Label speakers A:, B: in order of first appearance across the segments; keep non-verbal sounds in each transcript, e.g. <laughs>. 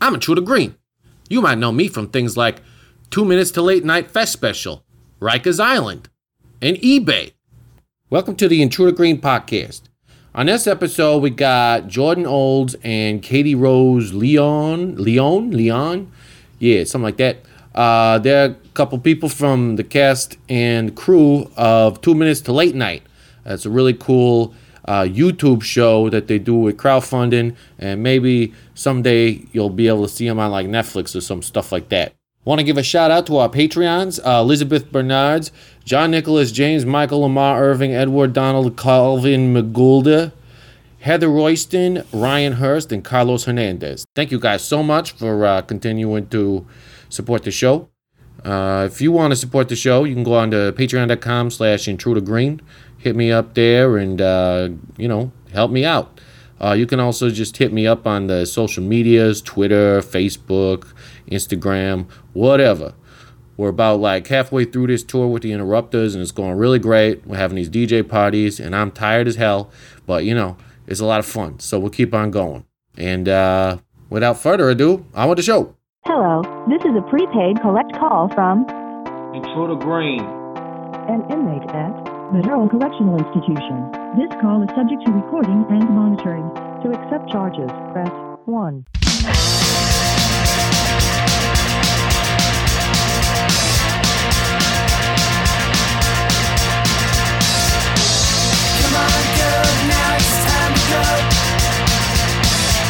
A: I'm Intruder Green. You might know me from things like Two Minutes to Late Night Fest Special, Rikers Island, and eBay. Welcome to the Intruder Green Podcast. On this episode, we got Jordan Olds and Katie Rose Leon. Leon? Leon? Yeah, something like that. Uh, they're a couple people from the cast and crew of Two Minutes to Late Night. Uh, It's a really cool uh, YouTube show that they do with crowdfunding, and maybe someday you'll be able to see them on like Netflix or some stuff like that. Want to give a shout out to our Patreons uh, Elizabeth Bernards, John Nicholas James, Michael Lamar Irving, Edward Donald, Calvin McGulda, Heather Royston, Ryan Hurst, and Carlos Hernandez. Thank you guys so much for uh, continuing to support the show. Uh, if you want to support the show, you can go on to patreon.com slash intrudergreen. Hit me up there and, uh, you know, help me out. Uh, you can also just hit me up on the social medias, Twitter, Facebook, Instagram, whatever. We're about like halfway through this tour with the Interrupters, and it's going really great. We're having these DJ parties, and I'm tired as hell, but you know, it's a lot of fun. So we'll keep on going. And uh, without further ado, I want the show.
B: Hello, this is a prepaid collect call from
C: Intruder Green.
B: an inmate at the Durham Correctional Institution. This call is subject to recording and monitoring. To accept charges, press 1.
D: Come on, girl, now it's time to go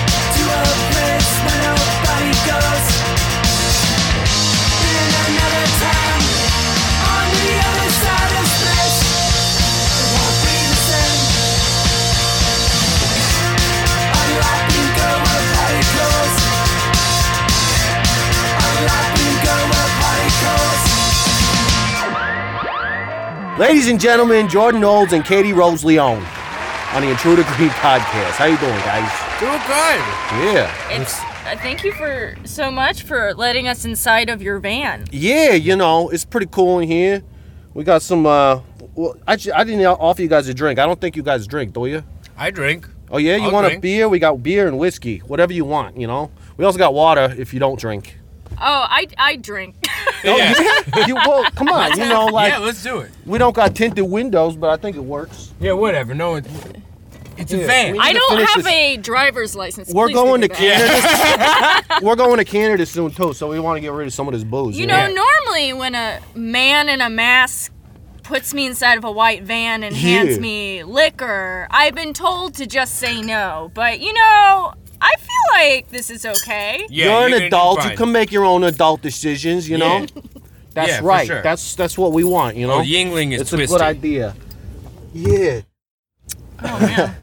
D: to a place where nobody goes. In another time, on the other side of space, it won't be the same. All I think of are party calls. All I think of are party calls.
E: Ladies and gentlemen, Jordan Olds and Katie Rose Leon on the Intruder Green podcast. How you doing, guys?
F: Doing good.
E: Yeah,
G: It's uh, thank you for so much for letting us inside of your van.
E: yeah. You know, it's pretty cool in here. We got some. uh Well, I, ju- I didn't offer you guys a drink. I don't think you guys drink, do you?
F: I drink.
E: Oh yeah, you
F: I'll
E: want a
F: drink.
E: beer? We got beer and whiskey, whatever you want. You know. We also got water if you don't drink.
G: Oh, I I drink.
E: <laughs> Oh,
F: Yeah.
E: yeah? You, well, come on. You know, like
F: yeah, let's do it.
E: we don't got tinted windows, but I think it works.
F: Yeah, whatever. No, it's, it's a van.
E: we-
G: I
E: to
G: don't
E: finish
G: have
E: this-
G: a driver's license.
E: We're
G: Please
E: going to
G: give me that.
E: Canada.
F: <laughs>
E: We're going to Canada soon too, so we want to get rid of some of this booze.
G: You know, normally when a man in a mask puts me inside of a white van and hands
E: Yeah.
G: me liquor, I've been told to just say no. But you know, I feel like this is okay.
F: Yeah,
E: you're, an
F: gonna do
E: adult. You
F: fine.
E: can make your own adult decisions. You know.
F: Yeah.
E: That's
F: Yeah, for
E: right.
F: sure.
E: That's that's what we want. You know.
F: Oh, Yingling is
E: it's a
F: twisted.
E: good idea. Yeah.
G: Oh man.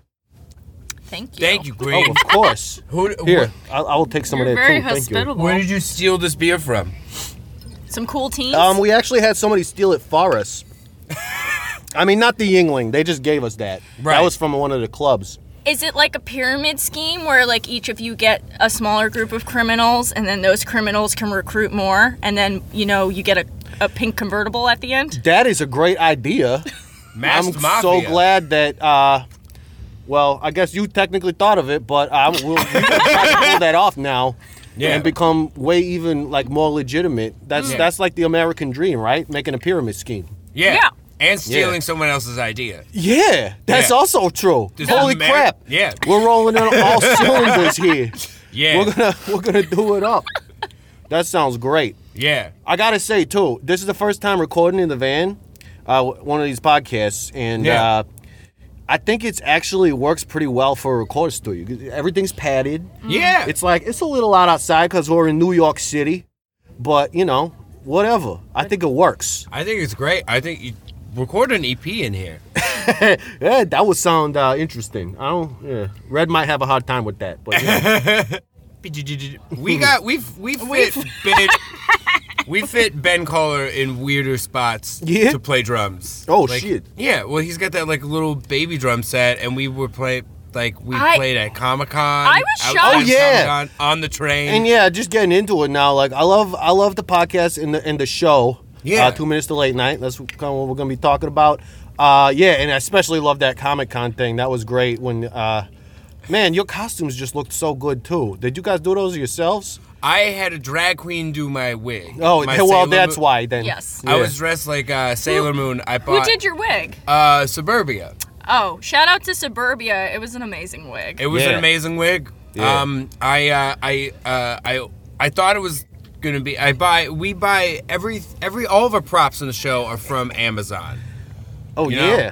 G: Thank you.
F: Thank you,
E: Oh,
F: Green.
E: of course.
F: <laughs> Who?
E: Here, I, I will take some
G: You're
E: of that
G: very
E: too. Thank
G: hospitable.
F: wh- where did you steal this beer from?
G: Some cool teams.
E: you. Um, we actually had somebody steal it for
F: <laughs>
E: us. I mean, not the Yingling. They just gave us that.
F: Right.
E: That was from one of the clubs.
G: Is it like a pyramid scheme where like each of you get a smaller group of criminals and then those criminals can recruit more and then you know you get a, a pink convertible at the end?
E: That is a great
F: <laughs>
E: idea.
F: Masked
E: I'm
F: Mafia.
E: so glad that. Uh, well, I guess you technically thought of it, but I will we'll try to pull that off now.
F: Yeah. Mm.
E: and become way even like more legitimate. That's
F: Yeah.
E: that's like the American dream, right? Making a pyramid scheme.
F: yeah.
G: Yeah.
F: And stealing
E: Yeah.
F: someone else's idea.
E: Yeah, that's
F: Yeah.
E: also true.
F: Just
E: Holy
F: Ameri-
E: crap!
F: Yeah.
E: we're rolling on
F: <laughs>
E: all cylinders here.
F: Yeah.
E: We're gonna we're gonna do it up. That sounds great.
F: yeah.
E: I gotta say too, this is the first time recording in the van, uh, w- one of these podcasts, and
F: Yeah.
E: uh, I think it's actually works pretty well for a record studio. Everything's padded.
F: Yeah.
E: It's like it's a little out outside because we're in New York City, but you know, whatever. I think it works.
F: I think it's great. I think you record an EP in here.
E: Yeah, that would sound uh, interesting. I don't. Yeah, Red might have a hard time with that, but you
F: <laughs>
E: know. <laughs>
F: We got we've we fit
G: <laughs>
F: Ben we fit Ben Caller in weirder spots
E: Yeah?
F: to play drums.
E: Oh,
F: Like,
E: shit.
F: Yeah, well he's got that like little baby drum set and we were play like we
G: I-
F: played at Comic Con.
G: I was shocked.
E: Oh, yeah.
F: on the train.
E: and yeah, just getting into it now. Like I love, I love the podcast and the and the show.
F: Yeah.
E: uh, two minutes to late night. That's kind of what we're gonna be talking about. Uh, yeah, and I especially love that Comic Con thing. That was great when uh, Man, your costumes just looked so good too. Did you guys do those yourselves?
F: I had a drag queen do my wig.
E: Oh, <laughs>
F: My
E: well,
F: Sailor
E: that's
F: Moon-
E: why then.
G: Yes.
F: I was dressed like uh, Sailor Moon. I
G: Who
F: bought
G: did your wig?
F: uh, Suburbia.
G: Oh, shout out to Suburbia. It was an amazing wig.
F: It was an
E: Yeah.
F: amazing wig.
E: Yeah.
F: Um, I, uh, I, uh, I, I thought it was gonna be. I buy. We buy every every all of our props in the show are from Amazon.
E: Oh
F: You know?
E: yeah.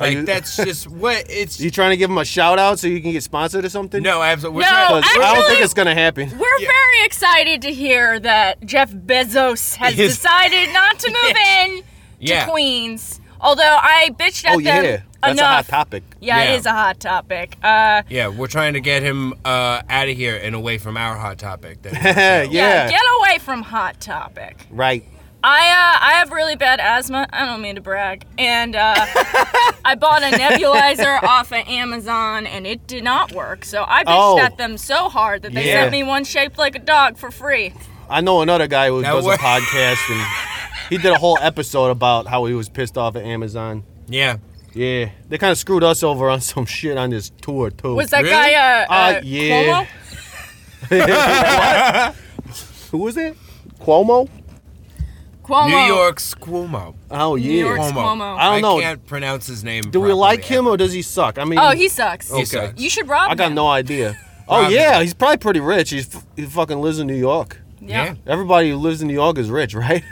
E: Are
F: Like
E: you- <laughs>
F: that's just what it's.
E: You trying to give them a shout out so you can get sponsored or something?
F: no, absolutely.
G: No,
E: Because I don't
G: Actually-
E: think it's gonna happen.
G: We're very excited to hear that Jeff Bezos has
F: Yes.
G: decided not
F: <laughs>
G: to move in to
F: Yeah.
G: Queens. Although I bitched at
E: Oh
G: them
E: yeah, that's a
G: enough.
E: hot topic.
G: Yeah,
F: Yeah.
G: it is a hot topic. Uh,
F: Yeah, we're trying to get him uh, out of here and away from our hot topic.
E: <laughs>
F: That
E: yeah.
G: yeah, get away from hot topic.
E: Right.
G: I uh, I have really bad asthma. I don't mean to brag, and
E: <laughs>
G: uh, I bought a nebulizer off of Amazon, and it did not work. So I
E: Oh.
G: bitched at them so hard that they
E: Yeah.
G: sent me one shaped like a dog for free.
E: I know another guy who
F: That
E: does
F: wor-
E: a podcast and he did a whole episode about how he was pissed off at Amazon.
F: yeah.
E: Yeah, they kind of screwed us over on <laughs> some shit on this tour too.
G: Was that
F: Really?
G: guy uh, uh,
E: Uh, yeah.
G: Cuomo?
E: who was it? Cuomo?
G: Cuomo.
F: New York's Cuomo.
E: Oh yeah.
G: New York's
F: Cuomo.
G: Cuomo.
E: I don't know.
F: can't pronounce his name.
E: Do we like him or does he suck? I mean,
G: oh, he sucks.
F: He sucks.
G: You should rob
E: I got
G: him.
E: no idea. Oh
F: Rob
E: yeah, he's probably pretty rich. He's f- he fucking lives in New York.
G: Yeah.
F: Yeah.
E: Everybody who lives in New York is rich, <laughs> right?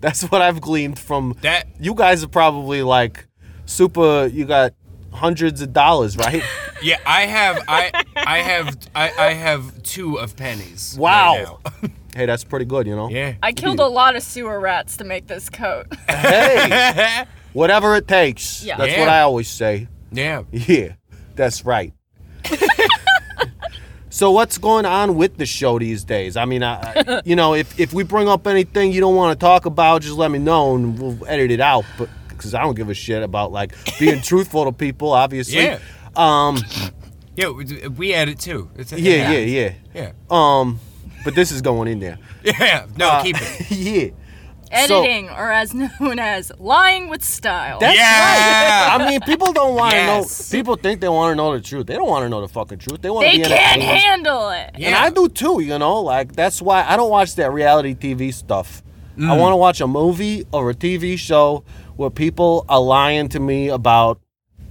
E: That's what I've gleaned from
F: That-
E: You guys are probably like super. You got hundreds of dollars, right?
F: Yeah, I have I I have I, I have two of pennies. right
E: Wow.
F: now.
E: hey, that's pretty good, you know.
F: yeah.
G: I killed a lot of sewer rats to make
E: <laughs>
G: this coat.
E: Hey,
F: <laughs>
E: whatever it takes.
G: Yeah.
E: That's
F: Yeah.
E: what I always say.
F: yeah.
E: Yeah, that's right. so what's going on with the show these days? I mean, I, I- you know, if if we bring up anything you don't want to talk about, just let me know and we'll edit it out. But because I don't give a shit about like
F: <laughs>
E: being truthful to people, obviously.
F: Yeah.
E: Um.
F: Yeah, we, we add it too. It's
E: Yeah. Yeah. Yeah.
F: Yeah.
E: Um. But this is going in there.
F: Yeah. No,
E: Uh,
F: keep
E: <laughs>
F: it.
E: yeah.
G: Editing, or as known as lying with style.
E: That's
F: Yeah.
E: right. I mean, people don't want to
F: Yes.
E: know. People think they want to know the truth. They don't want to know the fucking truth. They want to
G: they
E: be
G: can't
E: entertained.
G: handle it.
F: Yeah.
E: And I do too, you know? Like, that's why I don't watch that reality TV stuff.
F: Mm.
E: I want to watch a movie or a TV show where people are lying to me about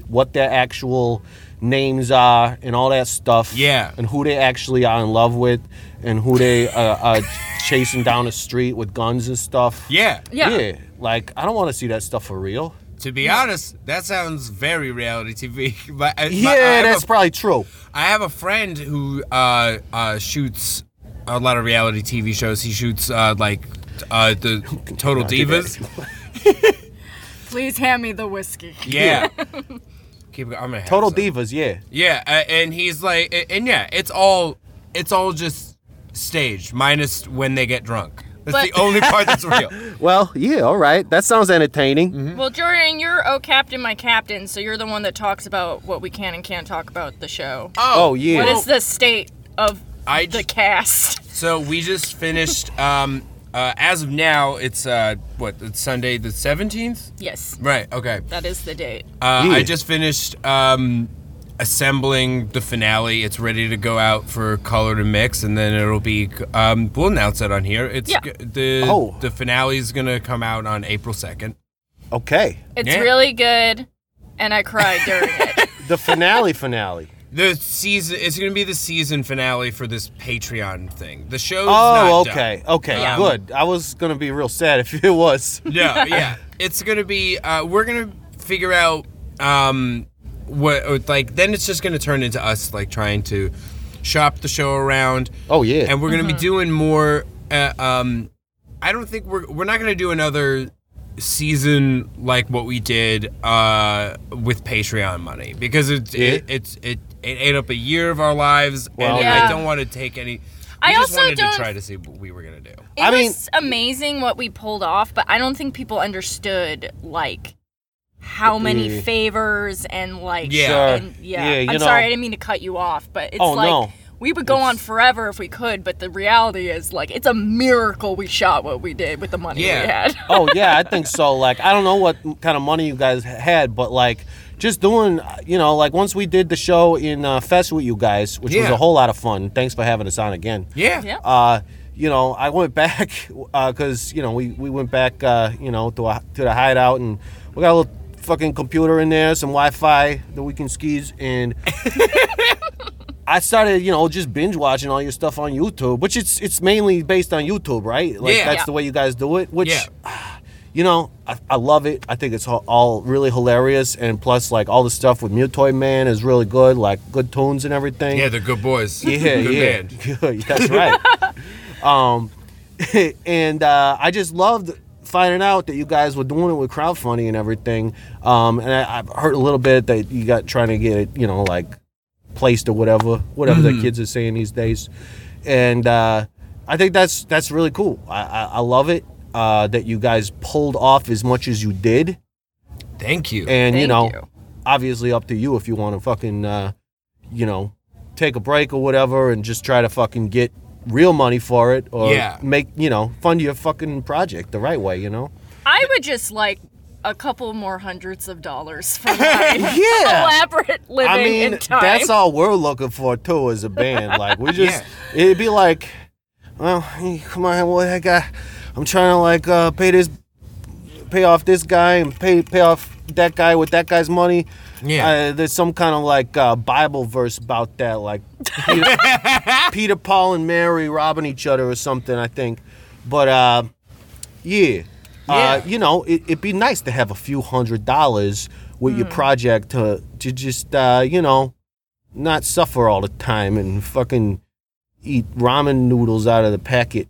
E: what their actual names are and all that stuff.
F: Yeah.
E: And who they actually are in love with and who they uh,
F: <laughs>
E: are chasing down the street with guns and stuff.
F: Yeah.
G: Yeah.
E: Like, I don't want to see that stuff for real.
F: To be honest, that sounds very reality TV. <laughs> But I- but I
E: Yeah,
F: have
E: that's
F: a,
E: probably true.
F: I have a friend who uh, uh, shoots a lot of reality TV shows. He shoots uh, like uh, the Total Divas.
G: Please hand me the whiskey.
F: Yeah. <laughs> Keep it. I'm gonna have
E: Total
F: some.
E: divas, yeah.
F: Yeah, uh, and he's like, a- and yeah, it's all, it's all just staged, minus when they get drunk. That's
G: But-
F: the <laughs> only part that's real.
E: Well, yeah, all right. That sounds entertaining.
G: Well, Jordan, you're oh captain, my captain, so you're the one that talks about what we can and can't talk about the show.
E: Oh, yeah.
G: What is the state of
F: I
G: the
F: j-
G: cast? <laughs>
F: so we just finished. Um, uh, as of now, it's uh, what it's Sunday the seventeenth.
G: Yes,
F: Right. Okay.
G: that is the date.
F: Uh,
E: Yeah.
F: I just finished um, assembling the finale. It's ready to go out for color to mix, and then it'll be. Um, we'll announce it on here. It's
G: Yeah.
F: g- the
E: Oh.
F: the finale is gonna come out on April second.
E: Okay.
G: It's
F: Yeah.
G: really good, and I cried during it.
E: The finale finale.
F: The season it's going to be the season finale for this Patreon thing. The show's
E: Oh,
F: not done.
E: okay. Okay,
F: Um,
E: good. I was going to be real sad if <laughs> it was.
F: <laughs> Yeah, yeah. It's going to be uh, we're going to figure out um what or, like then it's just going to turn into us like trying to shop the show around.
E: Oh, yeah.
F: And we're going to
G: Mm-hmm.
F: be doing more uh, um I don't think we're we're not going to do another season like what we did uh with Patreon money because it, it it's it it ate up a year of our lives
E: Well,
F: and
G: Yeah.
F: I don't want to take any
G: I
F: we just
G: also
F: wanted
G: don't-
F: to try to see what we were gonna do.
G: It
E: I mean-
G: was amazing what we pulled off, but I don't think people understood like how many
E: Yeah.
G: favors and like
F: Yeah.
G: and, yeah.
E: Mm. Yeah, you
G: I'm
E: know-
G: sorry, I didn't mean to cut you off, but it's
E: Oh,
G: like
E: no.
H: We would go on forever if we could, but the reality is, like, it's a miracle we shot what we did with the money
F: Yeah.
H: we
E: <laughs>
H: had.
E: <laughs> oh yeah, I think so. Like I don't know what kind of money you guys had, but like just doing, you know, like once we did the show in uh, Fest with you guys, which was
F: Yeah.
E: a whole lot of fun. Thanks for having us on again.
F: Yeah.
H: Yeah.
E: Uh, you know, I went <laughs> back because you know we, we went back uh, you know to a, to the hideout and we got a little fucking computer in there, some Wi-Fi that we can skis
F: <laughs>
E: and. I started, you know, just binge watching all your stuff on YouTube, which it's it's mainly based on YouTube, right? Like
F: Yeah.
E: that's
H: Yeah.
E: the way you guys do it. Which
F: Yeah.
E: <sighs> you know, I, I love it. I think it's all- all really hilarious, and plus, like all the stuff with Mutoid Man is really good, like good tunes and everything.
F: Yeah, they're good boys.
E: yeah,
F: good
E: yeah.
F: band.
E: <laughs> Good, that's right. um, <laughs> and uh, I just loved finding out that you guys were doing it with crowdfunding and everything. Um, and I, I've heard a little bit that you got trying to get it, you know, like placed or whatever, whatever the kids are saying these days. And uh, I think that's that's really cool. I, I, I love it uh, that you guys pulled off as much as you did.
F: Thank you.
E: And you
H: Thank
E: know,
H: you.
E: obviously up to you if you want to fucking, uh, you know, take a break or whatever, and just try to fucking get real money for it, or
F: Yeah.
E: make you know fund your fucking project the right way. You know.
H: <laughs> I would just like a couple more hundreds of dollars for my
E: <laughs> Yeah.
H: elaborate living
E: I mean,
H: and time.
E: that's all we're looking for too as a
H: <laughs>
E: band. Like we just, it'd be like, well, hey, come on, what I got? I'm trying to like uh, pay this, pay off this guy and pay pay off that guy with that guy's money.
F: Yeah.
E: Uh, there's some kind of like uh, Bible verse about that, like Peter,
F: <laughs>
E: Peter, Paul, and Mary robbing each other or something. I think, but uh, yeah. Uh,
F: Yeah.
E: you know, it, it'd be nice to have a few hundred dollars with
F: Hmm.
E: your project to to just uh, you know, not suffer all the time and fucking eat ramen noodles out of the packet.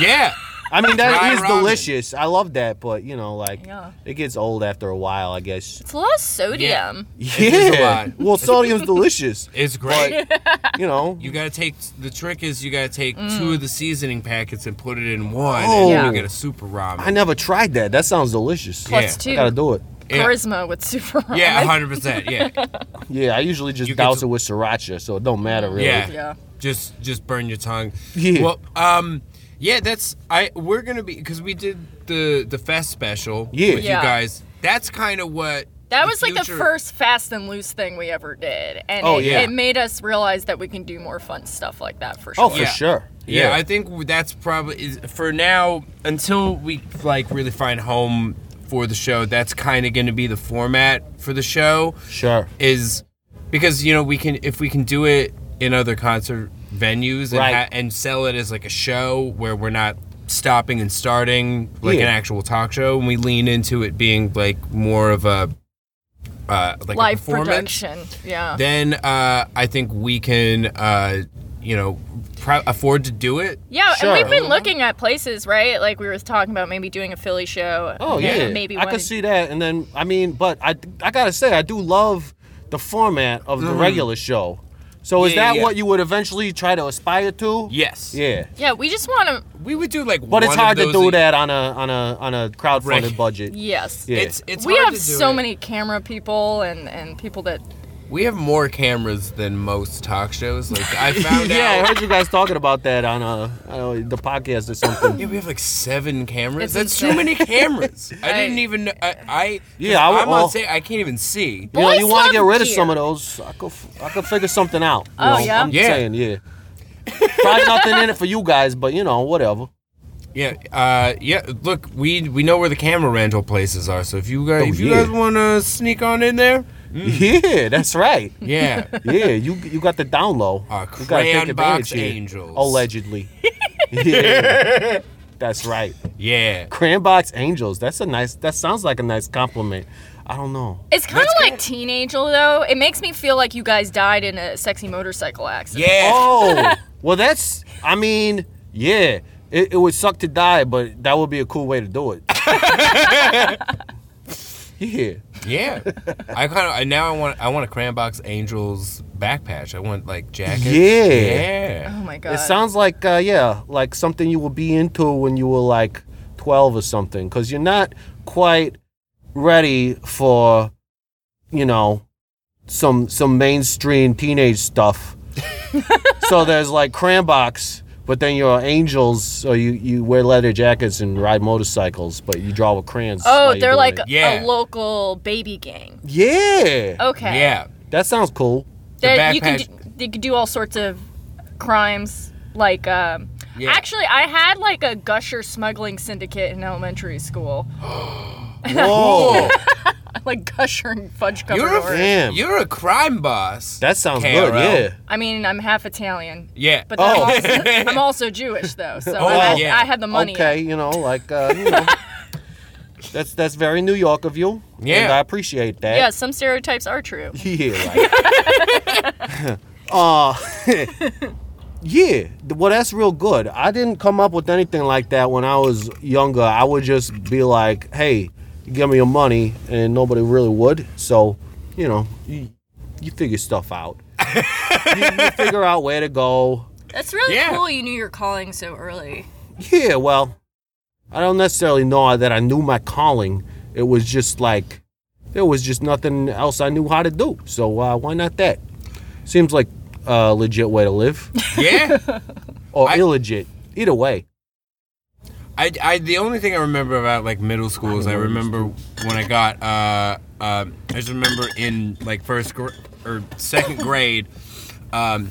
F: yeah.
E: I mean, that
F: Dry
E: is
F: ramen.
E: delicious. I love that, but you know, like
H: Yeah.
E: it gets old after a while, I guess.
H: it's a lot of sodium.
E: <laughs> Yeah.
F: is a lot.
E: Well, sodium's delicious.
F: It's great.
E: You know.
F: <laughs> You gotta take the trick is you gotta take
G: Mm.
F: two of the seasoning packets and put it in one,
E: Oh.
F: and then
H: Yeah.
F: you get a super ramen.
E: I never tried that. That sounds delicious.
F: Yeah.
H: Plus
E: I gotta
H: two.
E: do it.
F: Yeah.
H: Charisma with super
F: Yeah, <laughs>
H: ramen.
F: hundred percent.
H: <laughs>
F: Yeah,
E: Yeah, I usually just
F: You get
E: douse
F: to-
E: it with sriracha, so it don't matter really.
F: Yeah.
H: Yeah.
F: just just burn your tongue.
E: Yeah.
F: Well, um, yeah, that's I. We're gonna be because we did the the fest special.
E: Yeah.
F: with
H: Yeah.
F: you guys. That's kind of what.
H: That was like the
F: future-
H: first fast and loose thing we ever did. And
E: Oh,
H: it,
E: yeah.
H: it made us realize that we can do more fun stuff like that for sure.
E: Oh, for
F: Yeah.
E: sure.
F: Yeah, I think that's probably is, for now until we like really find home for the show. That's kind of going to be the format for the show.
E: sure.
F: is because you know we can if we can do it in other concert venues and,
E: Right.
F: ha- and sell it as like a show where we're not stopping and starting like
E: Yeah.
F: an actual talk show and we lean into it being like more of a uh, like a
H: Live
F: performance
H: production. Yeah.
F: then uh, I think we can uh, you know pro- afford to do it
H: Yeah,
E: Sure.
H: and we've been looking at places, right? Like we were talking about maybe doing a Philly show.
E: Oh
H: and
E: yeah,
H: maybe
E: I
H: one-
E: could see that. And then I mean, but I I gotta say I do love the format of the regular show. So is
F: Mm. Yeah, yeah,
E: that
F: yeah.
E: what you would eventually try to aspire to?
F: yes
E: Yeah.
H: Yeah, we just want to.
F: we would do like
E: But it's
F: one of
E: hard to
F: those
E: do
F: a-
E: that on a on a on a crowdfunded
F: Right.
H: <laughs>
E: budget.
H: Yes.
E: Yeah.
F: it's it's
H: we
F: hard
H: have
F: to do
H: so
F: it.
H: many camera people and and people that.
F: we have more cameras than most talk shows like
E: <laughs>
F: I found out
E: <laughs> Yeah, I heard you guys talking about that on uh, uh the podcast or something.
H: <laughs>
F: Yeah, we have like seven cameras.
H: It's
F: That's too
H: insane.
F: many
G: <laughs>
F: cameras. I
H: I-
F: didn't even. kn- I. I
E: Yeah, I
F: I,
E: would-
F: am
E: well-
F: on say I can't even see.
E: You know,
H: Boys
E: you want
H: love
E: to get rid of
H: gear.
E: some of those. I could, f- I could figure something out. you
H: Oh,
E: know,
H: yeah?
E: I'm
F: Yeah.
E: saying, yeah. Probably nothing in it for you guys, but you know, whatever.
F: Yeah, uh, yeah. Look, we we know where the camera rental places are. So if you guys,
E: Oh,
F: if you
E: yeah.
F: guys want to sneak on in there, Mm.
E: <laughs> Yeah, that's right. <laughs>
F: yeah.
E: Yeah, you you got the down low.
F: Our
E: you gotta take
F: crayon box
E: advantage here.
F: angels.
H: <laughs>
E: Allegedly. yeah. That's right.
F: yeah.
E: Crayon box angels. That's a nice that sounds like a nice compliment. I don't know.
H: It's kind of like teenager though. It makes me feel like you guys died in a sexy motorcycle accident.
F: Yeah.
E: Oh well that's I mean, yeah. It, it would suck to die, but that would be a cool way to do it. <laughs> yeah.
F: Yeah. I kind of. I now I want. I want a crayon box angels back patch. I want like jacket.
E: Yeah.
F: Yeah.
H: Oh my god.
E: It sounds like uh, yeah, like something you would be into when you were like twelve or something, because you're not quite ready
G: <laughs>
E: for, you know, some some mainstream teenage stuff. so there's like Crambox, but then you're angels, so you, you wear leather jackets and ride motorcycles, but you draw with crayons. while
G: Oh,
E: you're
G: they're
E: doing
G: like
E: it.
G: a
F: Yeah.
G: local baby gang.
E: yeah.
G: Okay.
F: Yeah.
E: That sounds
G: <laughs>
E: cool.
G: That you can do,
F: backpack-
G: they could do all sorts of crimes. Like, um,
F: Yeah.
G: actually, I had like a gusher smuggling syndicate in elementary school. <laughs>
E: Whoa,
G: like gusher and fudge
F: You're
G: covered
F: a,
G: orange.
E: damn.
F: you're a crime boss.
E: that sounds good.
F: KRL.
E: Yeah.
G: I mean, I'm half Italian,
F: Yeah.
G: but then
E: Oh.
G: <laughs> I'm, also, I'm also Jewish though, so
F: Oh,
G: I, had,
F: yeah.
G: I had the money.
E: Okay, you know, like uh, you know, that's that's very New York of you. and
F: Yeah.
E: I appreciate that.
G: Yeah, some stereotypes are true.
E: Yeah. Like, <laughs> uh, yeah. Well, that's real good. I didn't come up with anything like that when I was younger. I would just be like, "Hey, give me your money," and nobody really would. So, you know, you, you figure stuff out. you, you figure out where to go.
G: That's really
F: Yeah.
G: cool. You knew your calling so early.
E: Yeah, well, I don't necessarily know that I knew my calling. It was just like there was just nothing else I knew how to do. So uh, why not that? Seems like a legit way to live,
F: <laughs>
G: <laughs>
F: Oh, yeah.
E: or
F: I-
E: illegit. Either way.
F: I, I the only thing I remember about like middle school is I remember when I got uh, uh I just remember in like first gr- or second grade um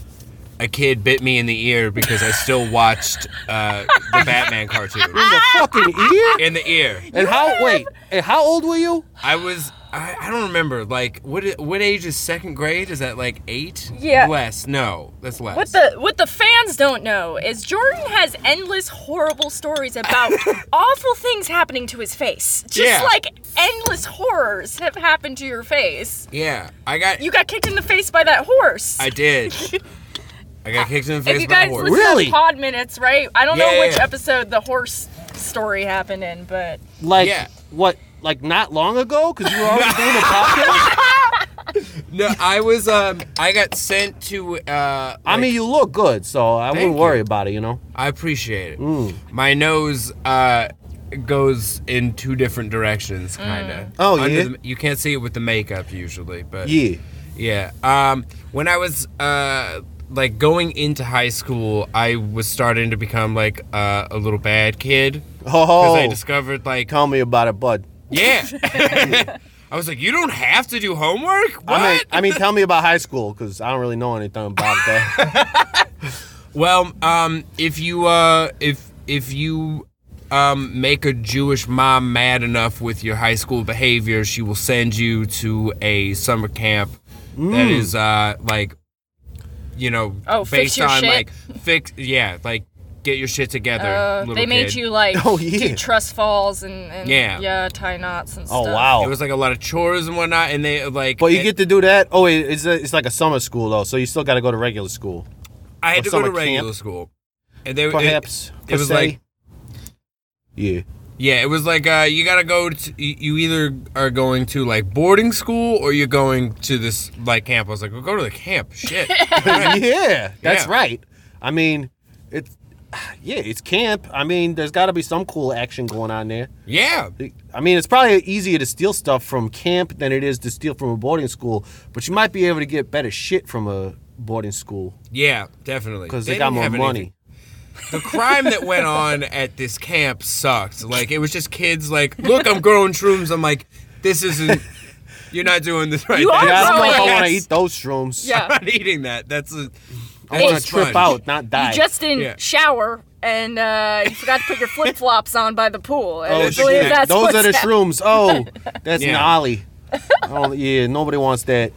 F: a kid bit me in the ear because I still watched uh, the
G: <laughs>
F: Batman cartoon
E: The fucking
F: <laughs>
E: ear.
F: in the ear.
E: And how? Wait. And how old were you?
F: I was I, I don't remember like what i- what age is second grade? Is that like eight?
G: Yeah.
F: Less. No, that's less.
G: What the what the fans don't know is Jordan has endless horrible stories
F: <laughs>
G: about awful things happening to his face. Just
F: Yeah.
G: like endless horrors have happened to your face.
F: Yeah, I got.
G: You got kicked in the face by that horse. <laughs>
F: I did. I got kicked in the face
G: if you
F: by a
G: guys
F: horse.
G: listen
E: Really?
G: to Pod Minutes, right? I don't
F: Yeah,
G: know which
F: yeah.
G: episode the horse story happened in, but
E: Like
F: Yeah.
E: what? Like not long ago? Because you were already doing a podcast.
F: No, I was. Um, I got sent to. Uh,
E: I mean, you look good, so I wouldn't
F: Thank
E: worry
F: you.
E: about it. You know.
F: I appreciate it.
E: Mm.
F: My nose uh, goes in two different directions, kind of.
E: Oh, yeah?
F: you can't see it with the makeup usually, but
E: Yeah.
F: yeah. Um, when I was uh, like going into high school, I was starting to become like uh, a little bad kid because
E: Oh.
F: I discovered like
E: Tell me about it, bud.
F: yeah. <laughs> I was like, you don't have to do homework. What?
E: I mean, I mean, tell me about high school because I don't really know anything about
F: <laughs>
E: that.
F: Well, um, if you uh, if if you um, make a Jewish mom mad enough with your high school behavior, she will send you to a summer camp that
E: Mm.
F: is uh, like, you know,
G: Oh, fix
F: based
G: your
F: on
G: shit?
F: like fix, yeah, like get your shit together.
G: uh,
F: little
G: they made
F: kid.
G: you like
E: <laughs> Oh, yeah.
G: do trust falls and, and
F: Yeah.
G: tie knots and
E: oh
G: stuff.
E: wow!
F: It was like a lot of chores and whatnot, and they like.
E: but you
F: it-
E: get to do that. Oh, wait, it's a, it's like a summer school though, so you still got to go to regular school.
F: I
E: or
F: had to go to
E: summer
F: regular
E: camp.
F: school, and they it-
E: Perhaps
F: it was
E: per se.
F: like <laughs>
E: yeah.
F: Yeah, it was like uh, you gotta go. To, you you either are going to like boarding school or you're going to this like camp. I was like, well, go to the camp. Shit.
E: yeah, that's
F: Yeah.
E: right. I mean, it's yeah, it's camp. I mean, there's got to be some cool action going on there.
F: yeah,
E: I mean, it's probably easier to steal stuff from camp than it is to steal from a boarding school, but you might be able to get better shit from a boarding school
F: yeah, definitely.
E: because they, got
F: didn't
E: more
F: have
E: money.
F: anything. The crime that
E: <laughs>
F: went on at this camp sucked. Like it was just kids. Like, look, I'm growing shrooms. I'm like, this isn't. You're not doing this right.
G: You
F: now.
G: are
E: Yeah, I don't know if I
G: Yes.
E: want to eat those shrooms.
G: Yeah.
F: <laughs> I'm not eating that. That's a.
E: I want
F: that's
E: to trip
F: fun.
E: out, not die.
G: You just didn't
F: Yeah.
G: shower and uh, you forgot to put your flip flops on by the pool. And I
E: Oh,
F: That's
G: believe
H: <laughs>
F: shit.
G: that's
E: Those
G: what's
E: are the
G: happened.
E: shrooms. Oh, that's an
F: Yeah.
E: ollie. Oh, yeah, nobody wants that.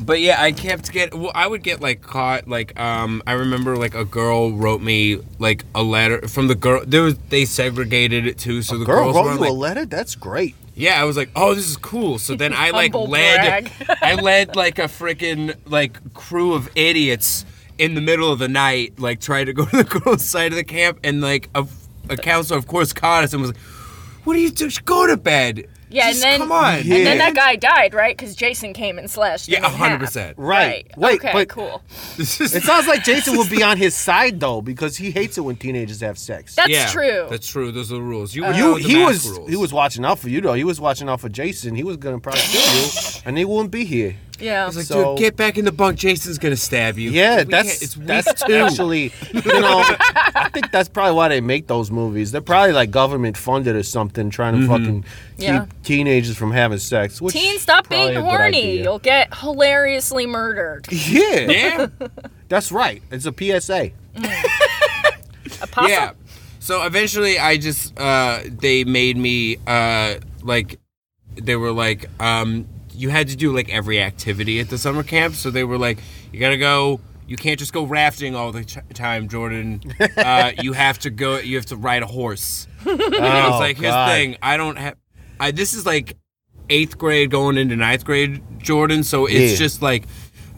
F: But yeah, I kept get. Well, I would get like caught. Like, um, I remember like a girl wrote me like a letter from the girl. There was they segregated it too, so the
E: Girl
F: girls
E: wrote
F: were
E: you
F: like,
E: a letter? That's great.
F: yeah. I was like, oh, this is cool. So then I like
G: Humble
F: led.
G: brag.
F: <laughs> I led like a freaking like crew of idiots in the middle of the night, like trying to go to the <laughs> girls' side of the camp, and like a, a counselor, of course, caught us and was like, "What are you doing? Just Go to bed."
G: Yeah, and
F: Just
G: then-
F: come on.
E: Yeah.
G: And then that guy died, right? Because Jason came and slashed. him
F: Yeah,
G: in half.
F: 100%.
E: Right. Wait,
G: okay,
E: but-
G: cool.
F: This is-
E: It sounds like Jason would be on his side though, because he hates it when teenagers have sex.
G: That's true.
F: That's true. Those are the rules. You, were
E: you,
F: down with the
E: he
F: mask
E: was
F: rules.
E: he was watching out for you though. He was watching out for Jason. He was gonna probably kill you, and he wouldn't be here.
H: Yeah.
F: It's like,
E: So-
F: dude, get back in the bunk. Jason's gonna stab you.
E: Yeah,
F: We
E: that's
F: can't- it's weak.
E: that's actually you know I think that's probably why they make those movies. They're probably like government funded or something, trying to
F: Mm-hmm.
E: fucking keep
H: Yeah.
E: teenagers from having sex. Which
H: Teen, stop
E: probably
H: being
E: a good
H: horny.
E: idea.
H: <laughs> You'll get hilariously murdered.
E: Yeah, <laughs>
F: yeah,
E: that's right. It's a PSA.
H: Apostle?
F: yeah. So eventually, I just uh, they made me uh, like they were like um, you had to do like every activity at the summer camp. So they were like, you gotta go. You can't just go rafting all the ch- time, Jordan.
E: <laughs>
F: Uh, you have to go. You have to ride a horse. And I was like, here's
E: Oh, God.
F: the thing. I don't have. I this is like eighth grade going into ninth grade, Jordan. So it's
E: Yeah.
F: just like,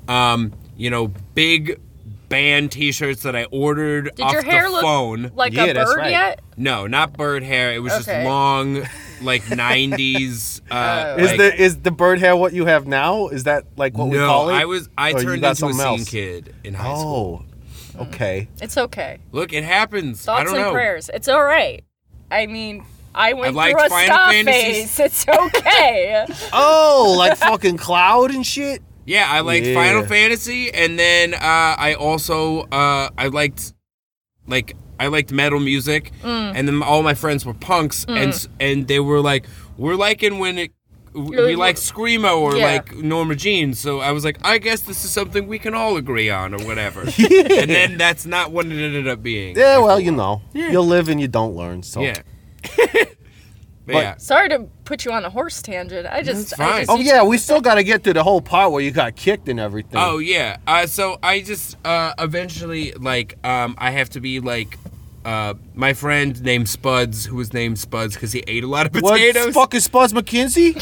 F: um, you know, big band T-shirts that I ordered
H: Did
F: off
H: your hair
F: the
H: look
F: phone.
H: like
E: Yeah,
H: a
E: that's
H: bird
E: right.
H: yet?
F: no, not bird hair. It was
H: Okay. Oh.
F: just long, like
H: <laughs>
F: '90s. Uh,
E: Is
F: like-
E: the is the bird hair what you have now? Is that like what
F: no?
E: we call it?
F: I was I
E: Or you
F: turned
E: got
F: into a
E: something
F: scene
E: else?
F: kid in high school.
E: Oh, okay.
H: It's okay.
F: Look, it happens. I
H: Thoughts
F: don't
H: and
F: know.
H: prayers. It's all right. I mean, I went
F: liked
H: through a
F: Final
H: ska
F: Fantasies.
H: phase. It's okay. <laughs>
E: Oh, like fucking cloud and shit.
F: Yeah, I liked
E: Yeah.
F: Final Fantasy, and then uh, I also uh, I liked like I liked metal music,
H: Mm.
F: and then all my friends were punks, and s- and they were like, we're liking when it.
H: Yeah,
F: We
H: you-
F: like screamo or
H: Yeah.
F: like Norma Jean, so I was like, I guess this is something we can all agree on or
E: <laughs>
F: whatever. And then that's not what it ended up being.
E: Yeah, well, you know, you live and you don't learn. So
F: yeah.
E: <laughs>
F: <laughs> but,
E: But-
F: yeah,
H: Sorry to put you on a horse tangent. I just,
F: That's
H: I
F: fine.
H: just
E: Oh yeah, we still got to get to the whole part where you got kicked and everything.
F: Oh yeah. Uh, so I just uh, eventually like um, I have to be like uh, my friend named Spuds, who was named Spuds because he ate a lot of
E: what
F: potatoes.
E: fuck is Spuds McKenzie?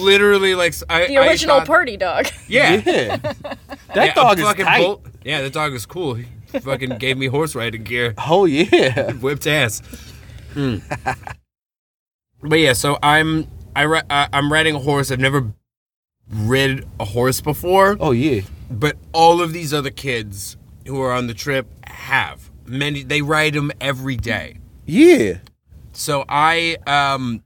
F: Literally like s- I,
H: the
F: I
H: original
F: thought-
H: party dog.
F: Yeah.
E: Yeah,
F: <laughs>
E: that
F: Yeah,
E: dog is
F: fucking
E: tight.
F: bull- yeah, that dog is cool. He fucking gave me horse riding gear, <laughs>
E: oh yeah. <laughs>
F: whipped ass.
E: Hmm.
F: Mm. <laughs> but yeah, so I'm I ri- uh, I'm riding a horse. I've never rid a horse before.
E: Oh yeah.
F: but all of these other kids who are on the trip have many they ride them every day
E: Yeah. <laughs>
F: so i um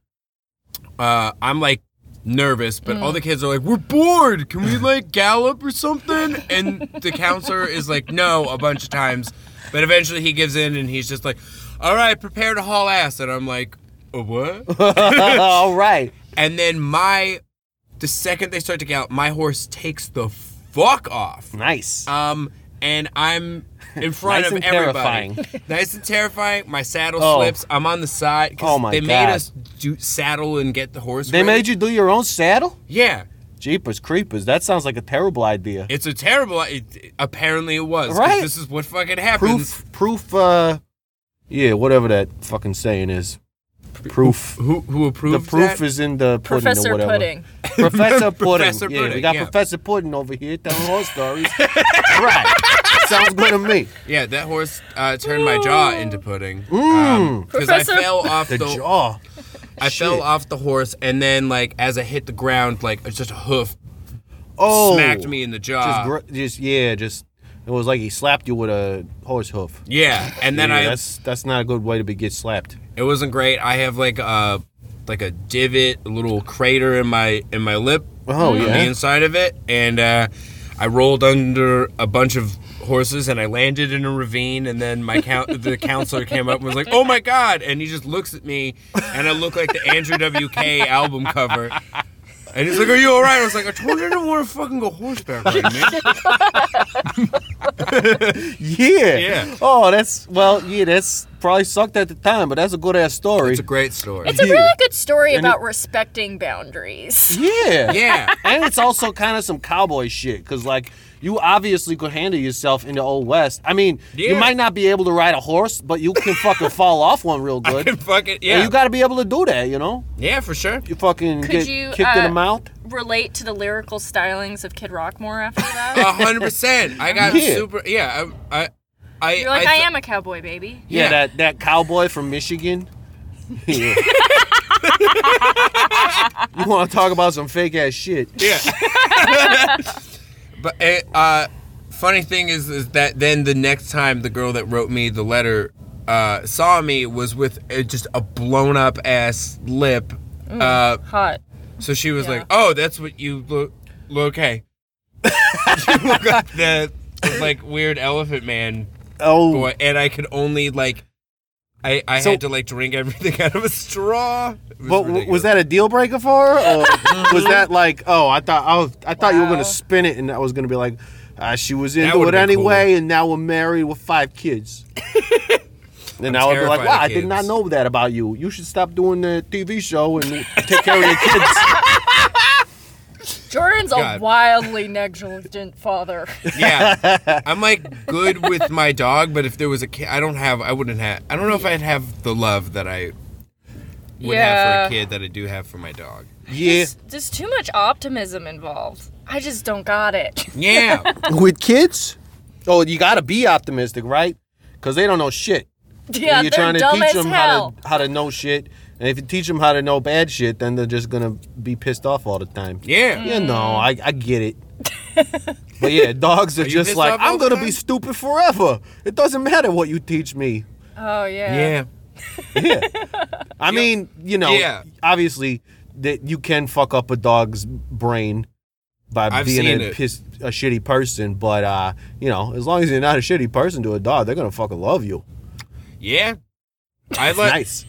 F: uh i'm like nervous but all the kids are like we're bored can we like gallop or something and the counselor is like no a bunch of times but eventually he gives in and he's just like all right prepare to haul ass and i'm like a what
H: <laughs>
E: All right.
F: and then my the second they start to gallop my horse takes the fuck off
E: Nice.
F: um, and I'm in
E: <laughs>
F: front
E: Nice
F: of
E: and
F: everybody.
E: terrifying.
F: <laughs> nice and terrifing. My saddle
E: Oh.
F: slips. I'm on the side. 'cause
E: Oh, my
F: They made
E: God.
F: us do saddle and get the horse.
E: they made you do your own saddle?
F: Yeah,
E: Jeepers creepers. That sounds like a terrible idea.
F: it's a terrible. It, apparently, it was. 'cause
E: Right.
F: This is what fucking happens.
E: Proof. Proof. Uh. Yeah. Whatever that fucking saying is. Proof.
F: Who who
E: The
F: approved
E: proof
F: that?
E: is in the pudding
H: Professor
E: or whatever.
H: Pudding.
E: <laughs> Professor Pudding.
F: Professor
E: yeah, we
F: Pudding,
E: got
F: yeah.
E: Professor Pudding over here telling horror stories. right. Sounds good to me.
F: Yeah, that horse uh, turned my jaw into pudding. Um 'cause I
H: Professor-
F: fell off
E: The
F: the,
E: jaw.
F: I fell
E: Shit.
F: off the horse, and then like as I hit the ground, like just a hoof
E: Oh.
F: smacked me in the
E: Just,
F: jaw.
E: gr- just yeah, just it was like he slapped you with a horse hoof.
F: yeah, and then
E: yeah,
F: I
E: that's that's not a good way to be get slapped.
F: It wasn't great. I have like a like a divot, a little crater in my in my lip
E: Oh
F: on the
E: yeah.
F: inside of it, and uh, I rolled under a bunch of horses and I landed in a ravine. And then my count <laughs> the counselor came up and was like, "Oh my god!" And he just looks at me, and I look like the Andrew WK album cover. And he's like, "Are you all right?" I was like, "I told you I don't want to fucking go horseback riding, man."
E: <laughs> Yeah.
F: Yeah.
E: Oh, that's well, yeah, that's probably sucked at the time, but that's a good ass story.
F: It's a great story.
H: It's a really good story
E: And it-
H: about respecting boundaries.
E: yeah.
F: yeah. <laughs>
E: And it's also kind of some cowboy shit, cause like you obviously could handle yourself in the old west. I mean, you
F: Yeah.
E: might not be able to ride a horse, but you can fucking fall <laughs> off one real good.
F: Fucking fuck it.
E: And
F: Yeah.
E: you got to be able to do that, you know.
F: yeah, for sure.
E: You fucking
H: Could
E: get
H: you,
E: kicked in
H: uh,
E: the mouth.
H: Relate to the lyrical stylings of Kid Rock more after <laughs> that.
F: A hundred percent. I got
E: Yeah.
F: super. Yeah, I, I, I,
H: You're like, I,
F: I th-
H: am a cowboy, baby.
E: Yeah,
F: Yeah.
E: that that cowboy from
H: <laughs>
E: Michigan. Yeah. <laughs> you want to talk about some fake ass shit?
F: <laughs> But uh, uh, funny thing is, is that then the next time the girl that wrote me the letter uh, saw me was with uh, just a blown up ass lip. Uh,
H: Hot.
F: so she was
H: Mm. Yeah.
F: like, "Oh, that's what you look. look okay." <laughs> look up the like weird elephant man
H: Oh,
F: boy, and I could only like. I, I
H: So-
F: had to like drink everything <laughs> out of a straw. It was
H: but w-
F: ridiculous.
H: was that a deal breaker for her?
E: <laughs>
H: Or was that like, oh, I thought I, was, I thought you were gonna spin it, and I was gonna be like, uh, she was into it
F: would've been
H: anyway, and now we're married with five
F: <laughs>
H: kids. And I would be like,
F: terrified
H: wow,
F: of
H: I did not
F: kids.
H: know that about you. You should stop doing the TV show and take care of
F: <laughs>
H: your kids.
G: Jordan's
F: God.
G: a wildly negligent father.
F: Yeah, I'm like good with my dog, but if there was a kid, I don't have. I wouldn't have. I don't know if I'd have the love that I would have
G: Yeah.
F: for a kid that I do have for my dog.
H: <laughs> yeah,
G: There's, there's too much optimism involved. I just don't got it. <laughs>
F: Yeah,
H: with kids. Oh, you gotta be optimistic, right? Because they don't know shit.
G: yeah,
H: you're
G: they're
H: trying to
G: dumb
H: teach
G: as
H: them
G: hell.
H: how to how to know shit, and if you teach them how to know bad shit, then they're just gonna be pissed off all the time.
F: yeah.
H: You know, I, I
G: <laughs>
H: get it. but yeah, dogs are,
F: you
H: just
F: pissed
H: like,
F: off all
H: I'm
F: the
H: gonna
F: time?"
H: be stupid forever. It doesn't matter what you teach me.
G: Oh yeah.
F: Yeah.
H: I mean, you know,
F: Yeah.
H: obviously that you can fuck up a dog's brain by
F: I've
H: being
F: seen
H: a,
F: it.
H: piss, a shitty person, but uh, you know, as long as you're not a shitty person to a dog, they're gonna fucking love you.
F: Yeah. I like
H: Nice.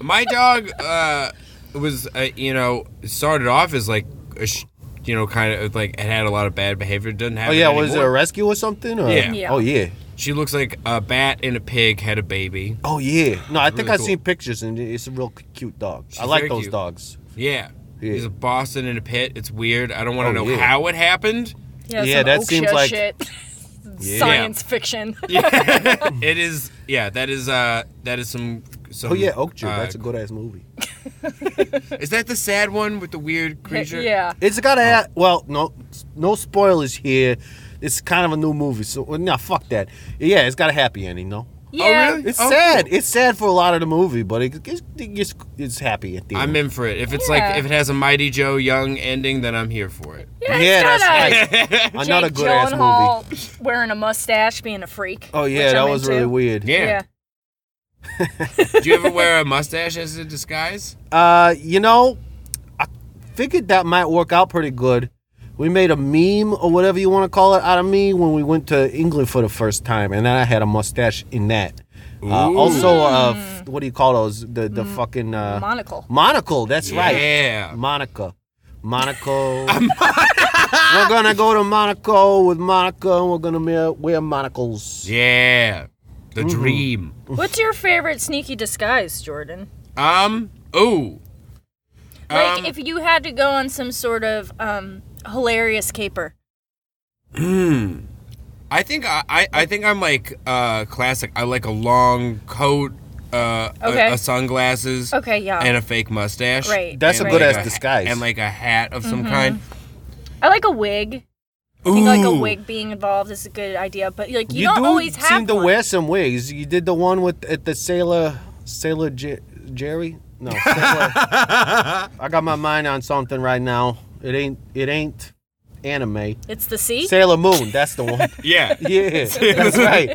F: my dog uh was uh, you know started off as like a sh- you know kind of like it had a lot of bad behavior doesn't have
H: Oh
F: it
H: yeah, was it
F: anymore.
H: a rescue or something? Or?
F: Yeah.
G: Yeah.
H: Oh yeah.
F: She looks like a bat and a pig had a baby.
H: Oh yeah. No, I think
F: Really
H: I've
F: cool.
H: seen pictures and it's a real c- cute dog. I
F: She's
H: like
F: very
H: those
F: cute.
H: dogs.
F: Yeah.
H: Yeah.
F: He's a Boston in a pit. It's weird. I don't want
H: Oh,
F: to know
H: yeah.
F: how it happened.
G: Yeah,
H: Yeah,
G: some
H: that
G: Oaksha
H: seems like- <laughs>
G: shit. Science fiction. <laughs>
F: <laughs> it is yeah, that is uh that is some some
H: Oh yeah, Oak Tree.
F: uh,
H: That's a good ass movie.
F: Is that the sad one with the weird creature?
G: Yeah.
H: It's got
F: uh,
H: to have. Well, no, no spoilers here. It's kind of a new movie, so well, nah, fuck that. Yeah, it's got a happy ending, though.
G: Yeah.
F: really?
H: It's
F: Oh,
H: sad.
F: cool.
H: It's sad for a lot of the movie, but it, it's, it's it's happy at the end.
F: I'm in for it. If it's
G: Yeah.
F: like if it has a Mighty Joe Young ending, then I'm here for it.
G: Yeah,
H: yeah,
G: it's
H: that's
G: got a
H: right. Another
G: <laughs> Jake
H: good ass movie.
G: Gyllenhaal wearing a mustache, being a freak.
H: Oh
G: which
H: yeah,
G: I'm
H: that was
G: into.
H: really weird.
F: Yeah.
G: Yeah.
F: Do you ever wear a mustache as a disguise?
H: Uh, you know, I figured that might work out pretty good. We made a meme or whatever you want to call it out of me when we went to England for the first time, and then I had a mustache in that. Uh,
F: Ooh.
H: also, uh, f- what do you call those? The the
E: Mm.
H: fucking uh,
G: Monocle.
H: monocle. That's right,
F: Yeah.
H: Monica.
E: <laughs>
H: Monaco. we're gonna go to Monaco with Monica, and we're gonna wear, wear monocles.
F: Yeah. The
H: Mm-hmm.
F: dream.
G: What's your favorite sneaky disguise, Jordan?
F: Um. Ooh.
G: Like
F: Um,
G: if you had to go on some sort of um hilarious caper.
H: Hmm.
F: I think I, I, I think I'm like uh classic. I like a long coat, uh, a-
G: Okay.
F: a, sunglasses,
G: Okay, yeah.
F: and a fake mustache.
G: Right.
H: That's a
G: right.
F: And
H: good
F: like
H: ass
F: a-
H: disguise.
F: And like a hat of some kind.
G: I like a wig. I
F: Ooh.
G: Mm-hmm. think like a wig being involved is a good idea, but like you, don't
H: do
G: always have
H: seem to
G: one.
H: wear some wigs. You did the one with at the sailor sailor J- Jerry. No, sailor.
F: <laughs>
H: I got my mind on something right
G: <laughs>
H: now. It ain't it ain't anime.
G: It's the sea.
H: Sailor Moon. That's the one. <laughs>
F: Yeah.
H: Yeah,
G: <laughs>
H: that's right.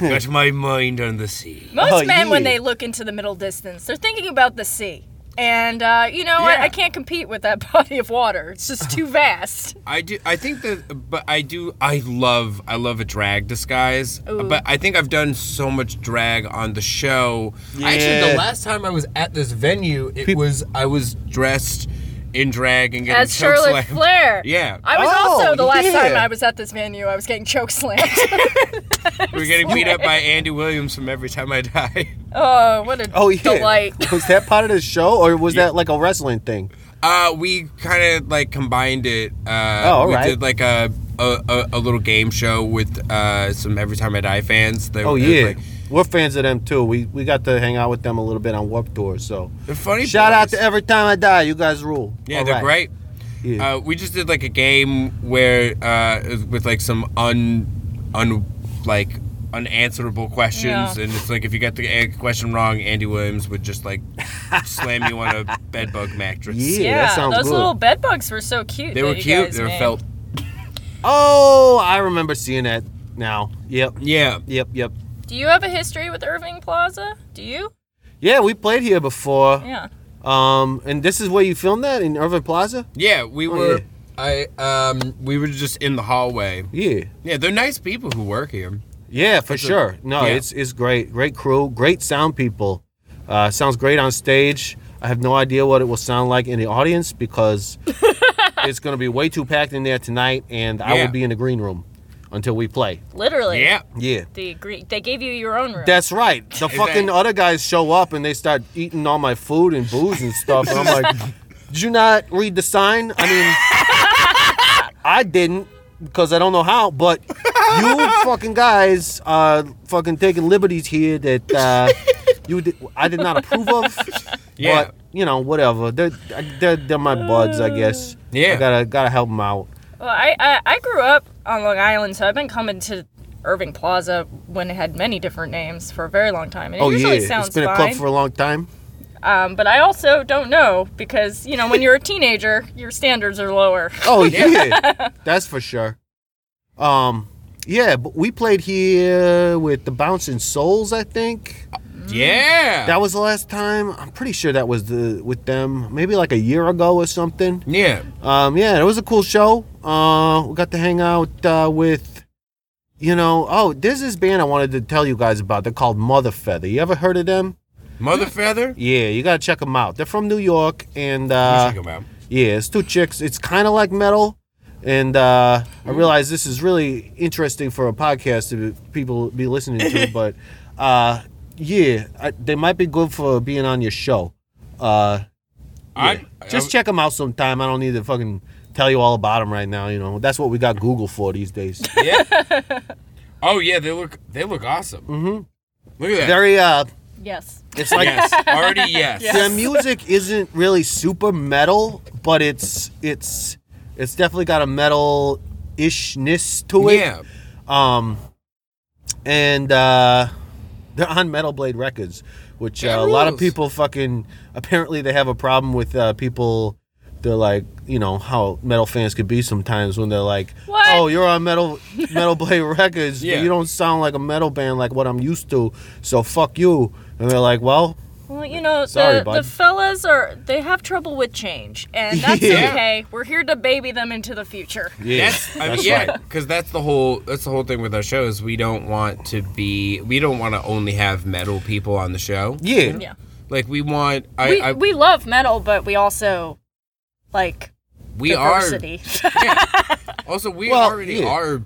F: Got my mind on the sea.
G: Most
H: Oh,
G: men, when
H: yeah.
G: they look into the middle distance, they're thinking about the sea. And, uh, you know,
F: Yeah.
G: I, I can't compete with that <laughs> body of water. It's just
H: <laughs>
G: too vast.
F: I do. I think that, but I do. I love. I love a drag disguise. But I think I've done so much drag on the show. Actually,
H: Yeah.
F: the last time I was at this venue, it
H: Peop-
F: was I was dressed in drag and getting
G: As Charlotte
F: chokeslammed.
G: Flair.
F: <laughs> Yeah,
G: I was
H: Oh,
G: also, the last time
H: yeah.
G: I was at this venue, I was getting chokeslammed.
F: we were getting beat up by Andy Williams from Every Time I Die.
G: <laughs>
F: <laughs>
G: oh, what a
H: Oh yeah.
G: delight.
H: <laughs> Was that part of the show, or was that like a wrestling thing?
F: Uh, we kind of like combined it. Uh,
H: Oh, all
F: we
H: right.
F: did like a a, a a little game show with uh, some Every Time I Die fans. They,
H: Oh
F: it was
H: yeah,
F: like-
H: we're fans of them too. We we got to hang out with them a little bit on Warp Tour. So
F: They're funny
H: Shout out
F: boys.
H: to Every Time I Die. You guys rule.
F: Yeah,
H: All
F: they're
H: right.
F: great.
H: Yeah.
F: Uh, we just did like a game where uh, it was with like some un, un, like unanswerable questions,
G: Yeah.
F: and it's like if you got the a- question wrong, Andy Williams would just like slam you
E: <laughs>
F: on a bedbug mattress.
H: Yeah,
G: Yeah,
H: that sounds
G: those
H: good.
G: little bed bugs were so cute.
F: They
G: that
F: were
G: you
F: cute.
G: guys
F: They were
G: made.
F: felt.
H: Oh, I remember seeing that now. Yep,
F: Yeah.
H: yep, yep.
G: Do you have a history with Irving Plaza? Do you?
H: Yeah, we played here before.
G: Yeah.
H: Um, and this is where you filmed that in Irving Plaza.
F: Yeah. We
H: Oh,
F: were.
H: yeah.
F: I um we were just in the hallway.
E: Yeah.
F: Yeah, they're nice people who work here.
E: Yeah, for
F: a-
E: sure. no,
F: yeah.
E: it's it's great. Great crew, great sound people. Uh, sounds great on stage. I have no idea what it will sound like in the audience
F: <laughs>
E: because it's going to be way too packed in there tonight, and I
F: Yeah.
E: will be in the green room until we play.
G: Literally.
F: Yeah.
E: Yeah.
G: The gre- they gave you your own room.
E: That's right. The fucking other guys show up and they start eating all my food and booze and
H: <laughs>
E: stuff. And I'm like, did you not read the sign? I mean,
F: <laughs>
E: I didn't because I don't know how, but you fucking guys are fucking taking liberties here that uh, you did, I did not approve of.
F: Yeah.
E: But, you know, whatever. They're, they're, they're my buds, I guess.
F: Yeah.
E: I gotta, gotta help them out.
G: Well, I, I I grew up on Long Island, so I've been coming to Irving Plaza when it had many different names for a very long time, and it
E: oh,
G: Uh, usually
E: yeah.
G: sounds
E: It's been
G: fine.
E: a club for a long
G: <laughs>
E: time.
G: um, but I also don't know because you know when you're a teenager, your standards are lower.
E: Oh yeah, that's for sure. Um, yeah, but we played here with the Bouncing Souls. I think
F: Yeah.
E: that was the last time. I'm pretty sure that was the with them. Maybe like a year ago or something.
G: Mm.
F: yeah.
E: Um, yeah, it was a cool show. Uh, we got to hang out uh, with, you know, oh, there's this band I wanted to tell you guys about. They're called Mother Feather. You ever heard of them?
F: Mother feather?
E: Yeah, you gotta check them out. They're from New York, and uh,
F: What you talking about?
E: yeah, it's two chicks. It's kind of like metal, and uh, I realize this is really interesting for a podcast to be, people be listening to. but uh, yeah, I, they might be good for being on your show. Uh,
F: I,
E: just check them out sometime. I don't need to fucking tell you all about them right now. You know, that's what we got Google for these days.
F: Yeah. oh yeah, they look they look awesome. Mm-hmm. Look at that.
E: Very. Uh,
G: Yes.
E: it's like
F: yes. Already yes.
E: their music isn't really super metal, but it's it's it's definitely got a metal ishness to it.
F: Yeah.
E: Um, and uh, they're on Metal Blade Records, which uh,
F: That
E: a lot of
F: rules.
E: people fucking apparently they have a problem with uh, people. They're like, you know how metal fans could be sometimes when they're like,
G: What?
E: "Oh, you're on metal Metal Blade <laughs> Records, but
F: Yeah.
E: you don't sound like a metal band like what I'm used to, so fuck you." And they're like, "Well,
G: Well, you know
E: Sorry,
G: the, the
E: bud.
G: fellas are they have trouble with change, and
E: <laughs>
G: that's
E: Yeah.
G: okay. We're here to baby them into the future.
E: yeah,
F: That's, I mean, yeah, because that's the whole that's the whole thing with our show is we don't want to be we don't want to only have metal people on the show.
E: yeah,
G: Yeah.
F: Like we want I
G: we
F: I,
G: we love metal, but we also like
F: we
E: <laughs>
G: diversity. <laughs>
F: are also we
E: Well,
F: already
E: yeah.
F: are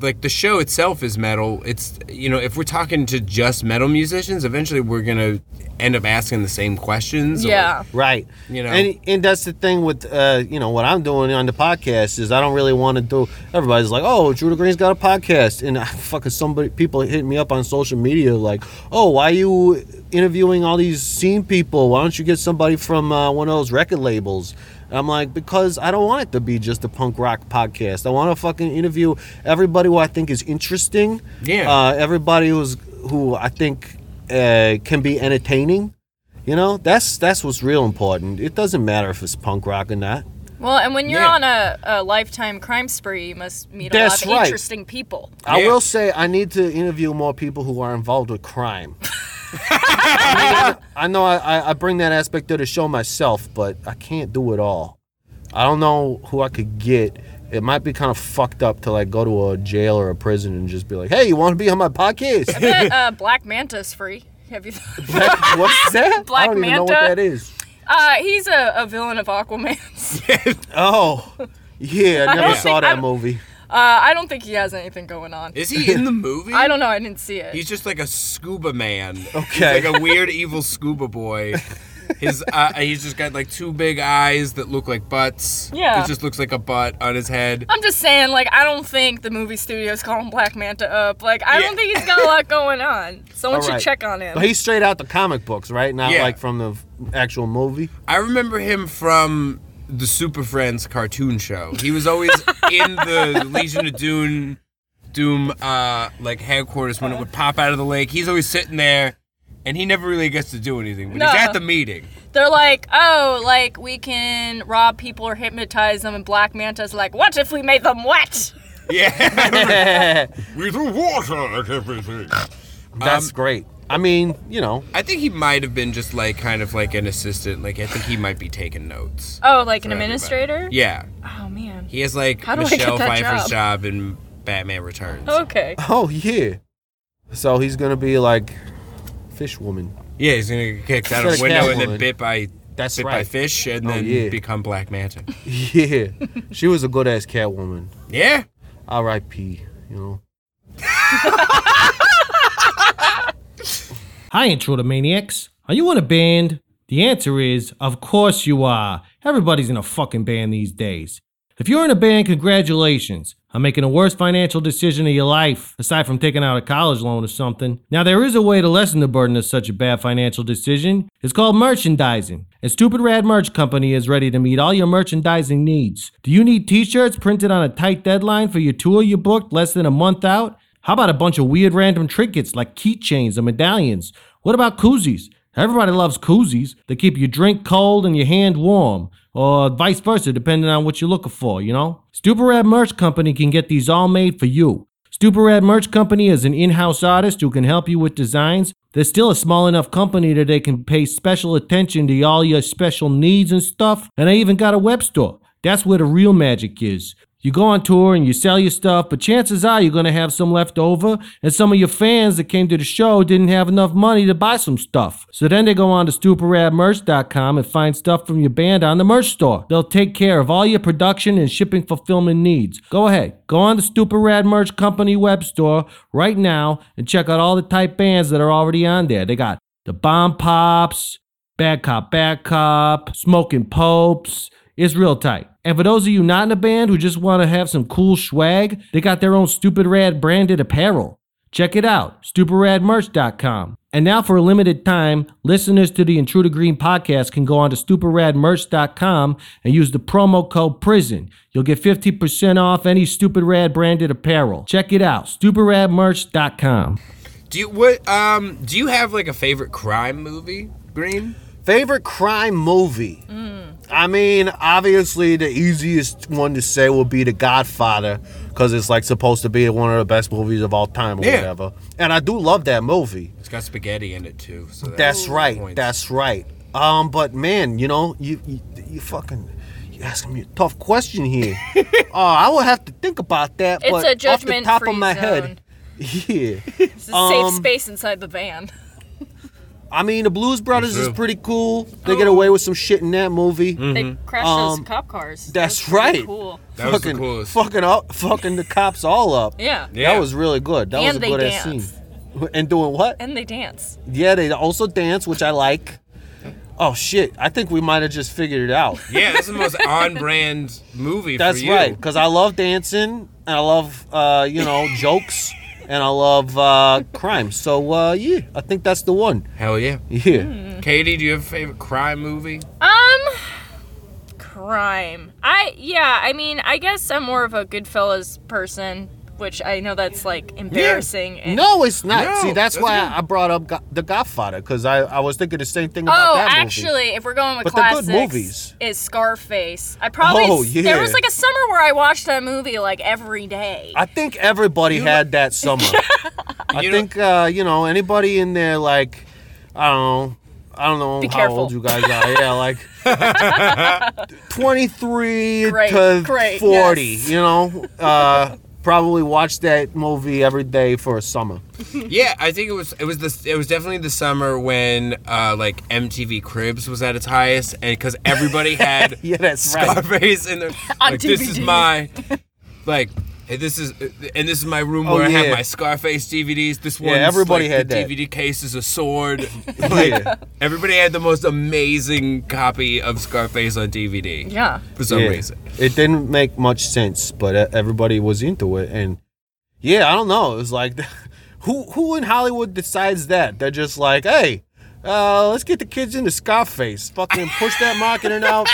F: like the show itself is metal. It's you know if we're talking to just metal musicians, eventually we're gonna end up asking the same questions. or-
G: yeah.
E: Right.
F: You know?
E: And and that's the thing with uh, you know, what I'm doing on the podcast is I don't really want to do everybody's like, Oh, Drew Green's got a podcast and I fucking somebody people hit me up on social media like, Oh, why are you interviewing all these scene people? Why don't you get somebody from uh, one of those record labels? And I'm like, because I don't want it to be just a punk rock podcast. I want to fucking interview everybody who I think is interesting.
F: Yeah.
E: Uh, everybody who's who I think uh, can be entertaining. You know, that's that's what's real important. It doesn't matter if it's punk rock or not.
G: Well, and when you're
F: Yeah.
G: on a, a lifetime crime spree, you must meet a
E: That's
G: lot of
E: right.
G: interesting people.
E: I
F: Yeah.
E: will say I need to interview more people who are involved with crime. I know I, I, I bring that aspect to the show myself, but I can't do it all. I don't know who I could get. It might be kind of fucked up to like go to a jail or a prison and just be like, "Hey, you want to be on my
F: <laughs>
E: podcast?" <laughs>
G: But, uh, Black Manta's free. Have you? <laughs>
E: What's <laughs> that? I
G: Black
E: don't even know what
G: Manta?
E: that is.
G: Uh, he's a, a villain
E: <laughs>
G: of Aquaman's. uh,
E: Oh, yeah, I never
G: don't
E: saw
G: think-
E: that
G: I-
E: movie.
G: Uh, I don't think he has anything going on.
F: Is he in the movie?
G: I don't know. I didn't see it.
F: He's just like a scuba man. He's
E: Okay.
F: like a weird evil scuba boy. His uh, he's just got like two big eyes that look like butts.
G: Yeah.
F: It just looks like a butt on his head.
G: I'm just saying, like, I don't think the movie studios calling Black Manta up. Like, I
F: Yeah.
G: don't think he's got a lot going on. Someone
E: All
G: should
E: right.
G: check on him.
E: But he's straight out the comic books, right? Not
F: Yeah.
E: like from the f- actual movie.
F: I remember him from the Super Friends cartoon show. He was always in the Legion of Doom Doom uh like headquarters when it would pop out of the lake. He's always sitting there and he never really gets to do anything, but he's
G: No.
F: at the meeting.
G: They're like, oh, like we can rob people or hypnotize them, and Black Manta's like, what if we made them wet?
F: Yeah.
E: That's
F: <laughs> we threw water at everything. Um,
E: great. I mean, you know,
F: I think he might have been just like kind of like an assistant. Like I think he might be taking notes.
G: Oh, like an
F: for everybody.
G: administrator?
F: Yeah,
G: Oh man.
F: he has like
G: How do I get
F: Michelle
G: that
F: Pfeiffer's
G: job?
F: job? in Batman
E: <laughs>
F: Returns.
G: Okay.
E: oh yeah. So he's gonna be like fish woman.
F: Yeah, he's gonna get kicked
E: Instead
F: out of
E: of
F: a window and then
E: Catwoman.
F: bit by
E: That's
F: bit by fish and
E: Oh,
F: then
E: yeah.
F: become Black Manta.
E: Yeah, she was a good ass Catwoman.
F: yeah,
E: R.I.P. You know.
C: Hi, Introdomaniacs. Are you in a band? The answer is, of course you are. Everybody's in a fucking band these days. If you're in a band, congratulations on making the worst financial decision of your life, aside from taking out a college loan or something. Now, there is a way to lessen the burden of such a bad financial decision. It's called merchandising. And Stupid Rad Merch Company is ready to meet all your merchandising needs. Do you need t shirts printed on a tight deadline for your tour you booked less than a month out? How about a bunch of weird random trinkets like keychains or medallions? What about koozies? Everybody loves koozies. They keep your drink cold and your hand warm, or vice versa, depending on what you're looking for, you know? Stuparad Merch Company can get these all made for you. Stuparad Merch Company is an in house artist who can help you with designs. They're still a small enough company that they can pay special attention to all your special needs and stuff, and they even got a web store. That's where the real magic is. You go on tour and you sell your stuff, but chances are you're going to have some left over, and some of your fans that came to the show didn't have enough money to buy some stuff. So then they go on to stupiradmerch.com and find stuff from your band on the merch store. They'll take care of all your production and shipping fulfillment needs. Go ahead, go on the Stupid Rad Merch Company web store right now and check out all the type bands that are already on there. They got the Bomb Pops, Bad Cop, Bad Cop, Smoking Popes. It's real tight. And for those of you not in a band who just want to have some cool swag, they got their own Stupid Rad branded apparel. Check it out, stupidradmerch.com. And now, for a limited time, listeners to the Intruder Green podcast can go on to stupidradmerch.com and use the promo code PRISON. You'll get 50% off any Stupid Rad branded apparel. Check it out, stupidradmerch.com.
F: do you what? Um, do you have like a favorite crime movie? Green.
E: Favorite crime movie? I mean, obviously, the easiest one to say would be The Godfather, because it's like supposed to be one of the best movies of all time or
F: Yeah.
E: whatever. And I do love that movie.
F: It's got spaghetti in it too. So that-
E: That's right.
F: points.
E: That's right. Um, but man, you know, you you, you fucking you asking me a tough question
F: <laughs>
E: here. Oh, I will have to think about that.
G: It's
E: but
G: a
E: off the top of
G: judgment-free
E: my
G: zone.
E: head. <laughs> Yeah,
G: <laughs>
E: Um,
G: It's a safe space inside the van.
E: I mean the Blues Brothers is
F: true.
E: pretty cool. They get away with some shit in that movie.
G: They crashed
E: Um,
G: those cop cars.
E: that's
G: That was pretty
E: right.
G: Cool.
F: That Mm, was the
E: fucking
F: coolest.
E: fucking up, fucking the cops all up.
G: Yeah.
F: Yeah.
E: That was really good. That was
G: And
E: a
G: they
E: good ass scene. <laughs>
G: dance.
E: And doing what?
G: And they dance.
E: Yeah, they also dance, which I like. Oh shit! I think we might have just figured it out.
F: yeah. That's the most on-brand movie.
E: That's
F: for you.
E: right, because I love dancing, and I love uh, you know jokes, and I love uh, crime. So uh, yeah, I think that's the one.
F: Hell yeah.
E: Yeah,
F: Katie, do you have a favorite crime movie?
G: Um, crime. I yeah. I mean, I guess I'm more of a Goodfellas person, which I know that's like embarrassing. and-
E: no, it's not.
F: No,
E: See, that's,
F: that's
E: why
F: good.
E: I brought up Go- the Godfather because I, I was thinking the same thing about
G: Oh,
E: that movie.
G: actually, if we're going with
E: But they're good
G: classics,
E: movies.
G: is Scarface. I probably
E: Oh, yeah.
G: there was like a summer where I watched that movie like every day.
E: I think everybody had that
G: <laughs>
E: summer. I
F: You know-
E: think uh, you know anybody in there like I don't know. I don't know
G: Be
E: how
G: careful.
E: old you guys are. Yeah, like 23
G: <laughs> Great,
E: to
G: great,
E: 40,
G: yes.
E: you know? Uh, probably watched that movie every day for a summer.
F: Yeah, I think it was it was the it was definitely the summer when uh, like MTV Cribs was at its highest, and because
E: <laughs>
F: everybody had
E: Yeah, that's right.
F: Scarface
E: <laughs>
F: in their
H: On
F: like this is
H: DVD.
F: my like hey, this is and this is my room
E: Oh,
F: where I
E: yeah.
F: have my Scarface DVDs. This
E: Yeah,
F: one,
E: everybody had
F: the
E: that.
F: DVD case is a sword. <laughs>
E: Yeah.
F: everybody had the most amazing copy of Scarface on DVD.
G: yeah.
F: for some
E: Yeah.
F: reason.
E: It didn't make much sense, but uh, everybody was into it. And yeah, I don't know. It was like, <laughs> who who in Hollywood decides that? They're just like, hey, uh, let's get the kids into Scarface. Fucking push that marketing out.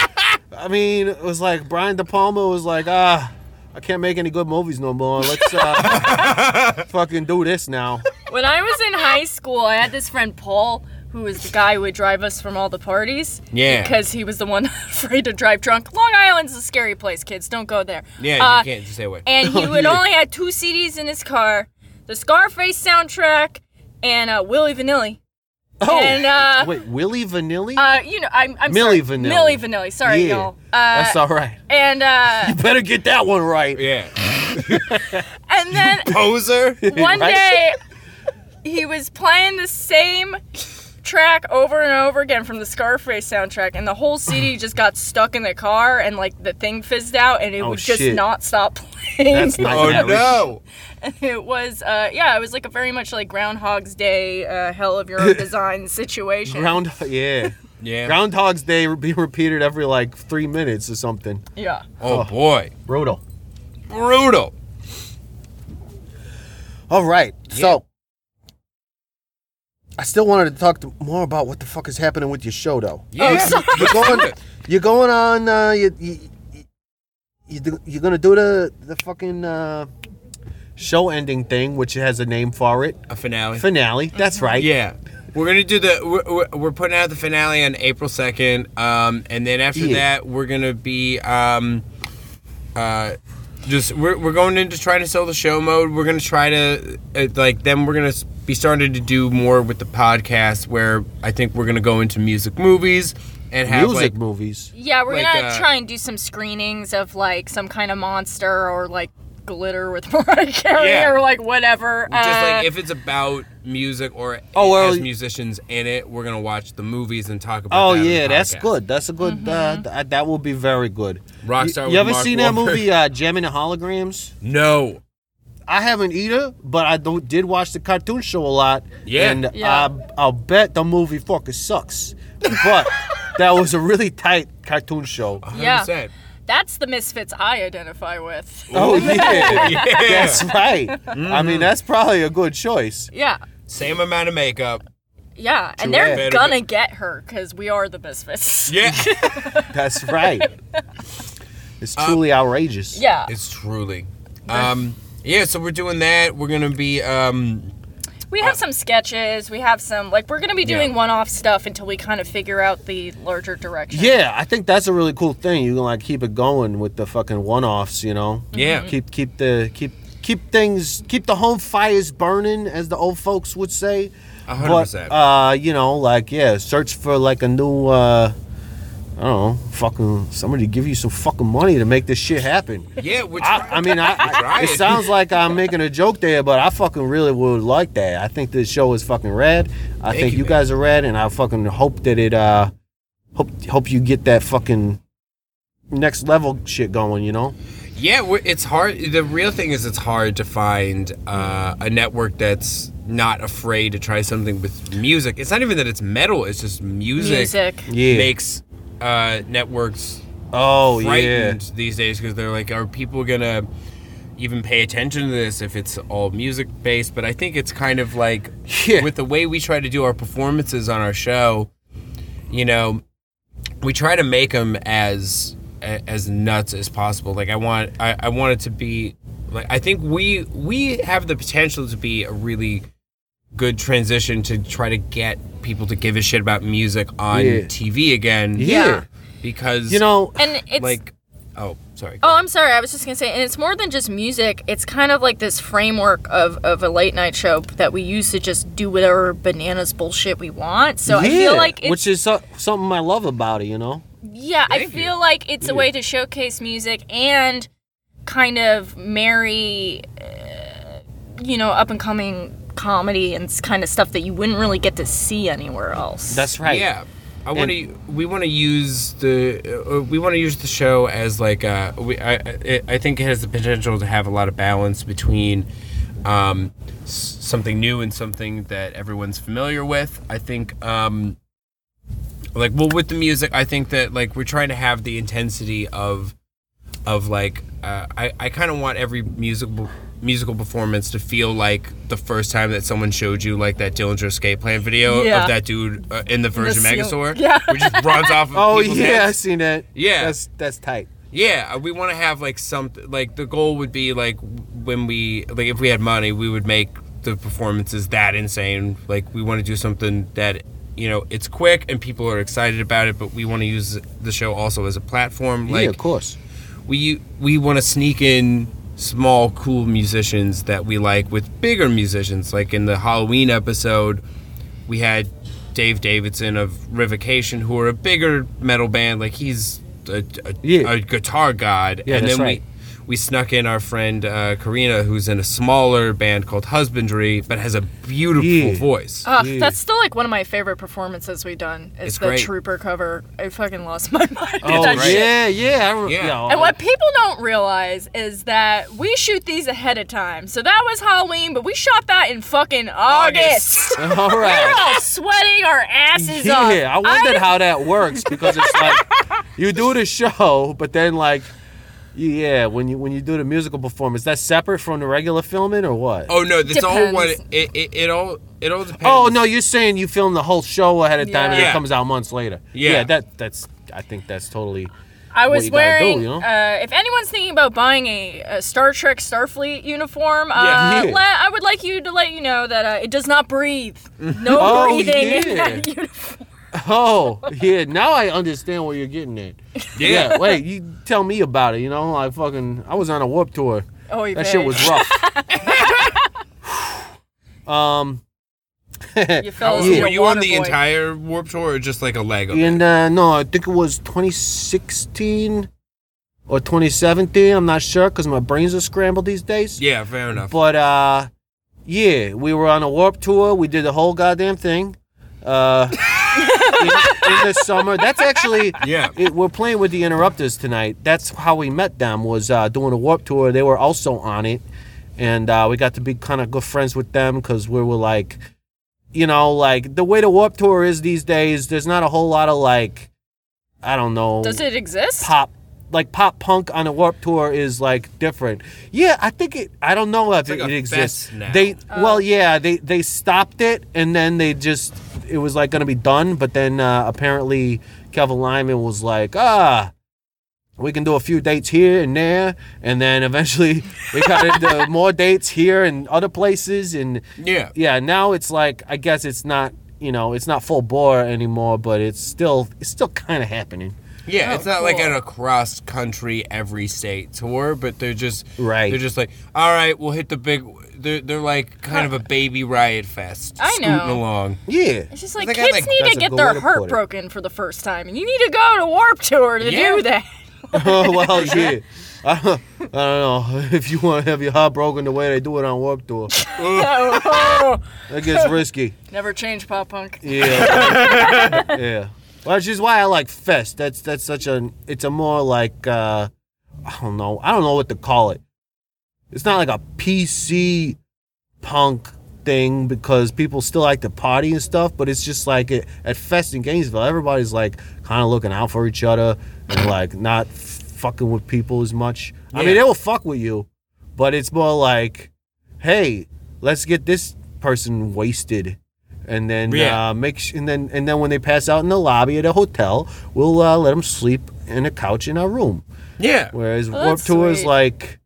E: I mean, it was like Brian De Palma was like, ah, I can't make any good movies no more. Let's uh, fucking do this now.
G: When I was in high school, I had this friend Paul, who was the guy who would drive us from all the parties.
F: Yeah.
G: Because he was the one <laughs> afraid to drive drunk. Long Island's a scary place, kids. Don't go there.
F: Yeah,
G: Uh,
F: you can't just stay away.
G: And he would only had two CDs in his car: the Scarface soundtrack and uh, Willie Vanilli.
E: Oh,
G: And, uh,
E: wait, Willie Vanilli?
G: Uh, you know, I'm, I'm
E: Millie
G: sorry.
E: Vanilli.
G: Millie Vanilli. Sorry,
E: Yeah.
G: y'all. Uh,
E: That's all right. <laughs>
G: and uh,
E: Better get that one right.
F: Yeah.
G: and then
F: Poser.
G: one
E: Right? <laughs>
G: day he was playing the same track over and over again from the Scarface soundtrack, and the whole
E: <clears throat>
G: CD just got stuck in the car, and like the thing fizzed out, and it
E: Oh,
G: would just
E: shit.
G: not stop playing.
E: That's not
F: Oh
E: that
F: no.
G: <laughs> it was, uh, yeah, it was like a very much like Groundhog's Day, uh, hell of
E: <laughs>
G: your own design situation.
E: Ground, <laughs> yeah.
F: Yeah.
E: Groundhog's Day would be repeated every like three minutes or something.
G: yeah.
F: oh boy.
E: Brutal.
F: Brutal.
E: All right. So I still wanted to talk to more about what the fuck is happening with your show, though.
F: Yeah.
E: You're going, you're going on. Uh, you, you, you, do- you're gonna do the the fucking uh, show ending thing, which has a name for it.
F: A finale.
E: Finale.
G: Mm-hmm.
E: That's right.
F: Yeah. We're gonna do the. We're, we're- we're putting out the finale on April second, um, and then after
E: Yeah.
F: that, we're gonna be um, uh, just we're, we're going into trying to sell the show mode. We're gonna try to uh, like then we're gonna s- be starting to do more with the podcast, where I think we're gonna go into music movies and have
E: Music
F: like
E: movies.
G: Yeah, we're
F: Like,
G: gonna
F: uh,
G: try and do some screenings of like some kind of monster or like glitter with <laughs> Mariah Carey
F: Yeah.
G: or like whatever.
F: just
G: Uh,
F: like if it's about music or it
E: Oh, well,
F: has
E: y-
F: musicians in it, we're gonna watch the movies and talk about.
E: Oh
F: that on the
E: yeah, that's
F: podcast.
E: good. That's a good. Uh, th- that will be very good.
F: Rockstar
E: You,
F: with
E: you ever
F: Mark
E: seen that
F: Wahlberg.
E: movie, uh, Gem and the Holograms?
F: No.
E: I haven't either, but I do, did watch the cartoon show a lot.
F: Yeah.
E: And
G: Yeah.
E: I, I'll bet the movie fucking sucks. But that was a really tight cartoon show.
G: Yeah.
F: 100%.
G: that's the misfits I identify with.
E: <laughs> Oh, yeah.
F: Yeah.
E: That's right. I mean, that's probably a good choice.
G: Yeah.
F: Same amount of makeup.
G: Yeah, and
F: Too
G: they're
F: bad.
G: gonna get her because we are the
E: <laughs>
G: misfits. <laughs>
F: Yeah.
E: That's right. It's truly outrageous.
G: Yeah,
F: it's truly. Um yeah, so we're doing that. We're gonna be um
G: we
E: uh,
G: have some sketches. We have some like we're gonna be doing
F: Yeah.
G: one-off stuff until we kind of figure out the larger direction.
E: Yeah, I think that's a really cool thing. You can like keep it going with the fucking one-offs, you know.
G: Mm-hmm.
F: Yeah.
E: Keep keep the keep keep things keep the home fires burning, as the old folks would say.
F: a hundred
E: But
F: percent.
E: uh, you know, like yeah, search for like a new uh I don't know, fucking somebody give you some fucking money to make this shit happen.
F: Yeah, which
E: I, I mean, I, I
F: Right.
E: it sounds like I'm making a joke there, but I fucking really would like that. I think this show is fucking rad. I
F: Thank
E: think
F: you,
E: you,
F: man.
E: guys are rad, and I fucking hope that it uh hope hope you get that fucking next level shit going. You know,
F: yeah, we're, it's hard. The real thing is, it's hard to find uh, a network that's not afraid to try something with music. It's not even that it's metal; it's just music,
G: Music.
E: Yeah.
F: makes uh, networks
E: oh
F: frightened these days because they're like, are people gonna even pay attention to this if it's all music based? But I think it's kind of like
E: Yeah.
F: with the way we try to do our performances on our show, you know, we try to make them as a- as nuts as possible. Like I want, I, I want it to be like I think we we have the potential to be a really good transition to try to get people to give a shit about music on
E: Yeah.
F: TV again.
E: Yeah.
F: because
E: You know,
G: and it's
F: like oh sorry
G: Oh, I'm sorry. I was just gonna say, and it's more than just music. It's kind of like this framework of, of a late night show that we use to just do whatever bananas bullshit we want. So I feel
E: yeah,
G: like it's
E: which is so, something I love about it. You know, <laughs>
G: yeah, I
F: Thank you.
G: feel like it's a way to showcase music and kind of marry, uh, you know, up and coming comedy and s- kind of stuff that you wouldn't really get to see anywhere else.
E: that's right.
F: yeah i want to we want to use the uh, we want to use the show as like uh we I, I i think it has the potential to have a lot of balance between um s- something new and something that everyone's familiar with i think um like well with the music i think that like we're trying to have the intensity of of like uh, I, I kind of want every musical musical performance to feel like the first time that someone showed you like that Dillinger Escape Plan video
G: Yeah.
F: of that dude uh, in the Virgin
G: seal.
F: Megasaur,
G: Yeah.
F: which just runs off. Of
E: Oh
F: people's
E: yeah, I
F: heads.
E: seen that.
F: Yeah.
E: that's that's tight.
F: yeah. uh, We want to have like something like the goal would be like when we like if we had money, we would make the performances that insane. Like we want to do something that you know it's quick and people are excited about it, but we want to use the show also as a platform. Like
E: yeah, of course.
F: we we want to sneak in small cool musicians that we like with bigger musicians. Like in the Halloween episode, we had Dave Davidson of Revocation, who are a bigger metal band. Like he's a, a,
E: Yeah.
F: a guitar god.
E: Yeah,
F: and
E: that's
F: then
E: right.
F: we we snuck in our friend uh, Karina, who's in a smaller band called Husbandry, but has a beautiful
E: Yeah.
F: voice.
G: Ugh, that's still like one of my favorite performances we've done. Is
F: It's
G: the
F: great.
G: Trooper cover. I fucking lost my <laughs> mind.
E: Oh,
G: with that shit.
E: yeah, yeah, I re-
F: Yeah.
E: yeah.
G: And what people don't realize is that we shoot these ahead of time. So that was Halloween, but we shot that in fucking August.
E: All
G: We're
E: right.
G: all sweating our asses off.
E: Yeah, I wondered how that works because it's like you do the show, but then like, yeah, when you when you do the musical performance, that's separate from the regular filming or what?
F: Oh no, that's all what
G: Depends.
F: it, it, it all it all depends.
E: Oh, no, you're saying you film the whole show ahead of time and it
F: Yeah.
E: comes out months later.
F: Yeah.
E: that that's I think that's totally.
G: I
E: what
G: was
E: you gotta do,
G: wearing.
E: you know?
G: uh, if anyone's thinking about buying a, a Star Trek Starfleet uniform, uh,
F: Yeah.
E: Yeah.
G: le- I would like you to let you know that uh, it does not breathe. No
E: <laughs> Oh,
G: breathing in
E: yeah.
G: <laughs> that uniform.
E: Oh yeah, now I understand where you're getting at.
F: Yeah.
E: wait, you tell me about it. You know, like fucking, I was on a warp tour.
G: Oh, you
E: That shit was rough. um,
G: You fell
F: So
G: asleep
E: Yeah.
F: Were
G: at
F: you on the
G: Waterboy.
F: entire warp tour or just like a leg of it?
E: and uh, no, I think it was 2016 or 2017. I'm not sure because my brains are scrambled these days.
F: Yeah, fair enough.
E: But uh, yeah, we were on a warp tour. We did the whole goddamn thing. Uh, in, in the summer. That's actually
F: Yeah.
E: It, we're playing with the Interrupters tonight. That's how we met them. Was uh, doing a warp tour. They were also on it, and uh, we got to be kind of good friends with them because we were like, you know, like the way the warp tour is these days. There's not a whole lot of like, I don't know
G: Does it exist?
E: pop like pop punk on a warp tour is like different yeah i think it i don't know if
F: like
E: it,
F: a
E: exists
F: fest now.
E: they well yeah they they stopped it and then they just it was like gonna be done but then uh, apparently kevin lyman was like ah we can do a few dates here and there and then eventually they got
F: <laughs>
E: into more dates here and other places and
F: yeah.
E: yeah now it's like i guess it's not you know it's not full bore anymore but it's still it's still kind of happening Oh,
F: Yeah, it's not like
G: cool.
F: an across country every state tour, but they're just
E: Right.
F: They're just like, all right, we'll hit the big. They're, they're like kind of a baby riot fest,
G: I
F: scooting
G: know.
F: along.
E: yeah
G: It's just like
F: Like, I
G: kids
F: like-
G: need
E: that's
G: to
E: a
G: get
E: good way
G: their
E: to put
G: heart
E: it.
G: broken for the first time, and you need to go to Warp Tour to
F: Yeah.
G: do that.
E: oh <laughs> well, yeah. I don't, I don't know if you want to have your heart broken the way they do it on Warped Tour.
F: <laughs>
G: Oh,
E: That gets risky.
G: <laughs> Never change pop punk.
E: Yeah, yeah. Well, which is why I like Fest. That's that's such an. It's a more like uh, I don't know. I don't know what to call it. It's not like a PC punk thing because people still like to party and stuff. But it's just like it, at Fest in Gainesville, everybody's like kind of looking out for each other and like not f- fucking with people as much. I mean,
F: Yeah.
E: they will fuck with you, but it's more like, hey, let's get this person wasted. And then
F: Yeah.
E: uh, make sh- and then and then when they pass out in the lobby at a hotel, we'll uh, let them sleep in a couch in our room.
F: Yeah,
E: Whereas
G: Oh, that's
E: Warped Tour is
G: sweet.
E: like,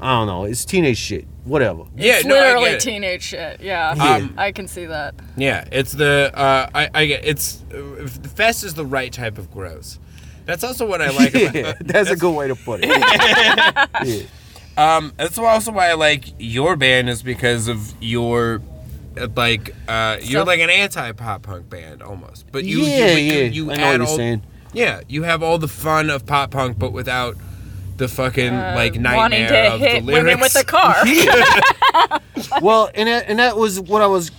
E: I don't know, it's teenage shit, whatever.
F: yeah,
G: It's
F: no, I
G: literally
F: get it.
G: teenage shit. Yeah,
F: Um,
G: I can see that.
F: Yeah, it's the uh, I, I get it's uh, fest is the right type of gross. That's also what I like.
E: <laughs>
F: about,
E: yeah, that's a good way to
F: <laughs>
E: put it. Yeah.
F: Um, that's also why I like your band is because of your, uh, like, uh, you're
G: So-
F: like an anti pop punk band almost, but you,
E: yeah,
F: you, you,
E: yeah.
F: you
E: I know what
F: add
E: you're
F: all,
E: saying.
F: yeah, you have all the fun of pop punk, but without the fucking like
G: Uh, Wanting
F: nightmare
G: to
F: of
G: hit
F: the lyrics.
G: women with a car.
E: well, and that, and that was what I was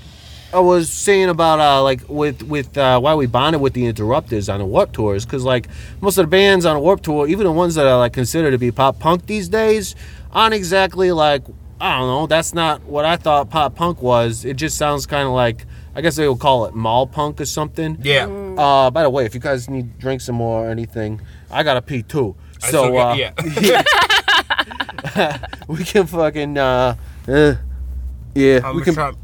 E: I was saying about uh like with with uh, why we bonded with the Interrupters on the Warp tours because like most of the bands on a Warp tour, even the ones that are like considered to be pop punk these days, aren't exactly like I don't know. That's not what I thought pop punk was. It just sounds kind of like I guess they would call it mall punk or something.
F: <laughs> yeah,
E: Uh, by the way, if you guys need drinks some more or anything, I got to pee too.
F: I
E: So
F: still
E: uh,
F: get- yeah,
E: <laughs> we can fucking uh, uh yeah,
F: I'm
E: we
F: a
E: can
F: Trump.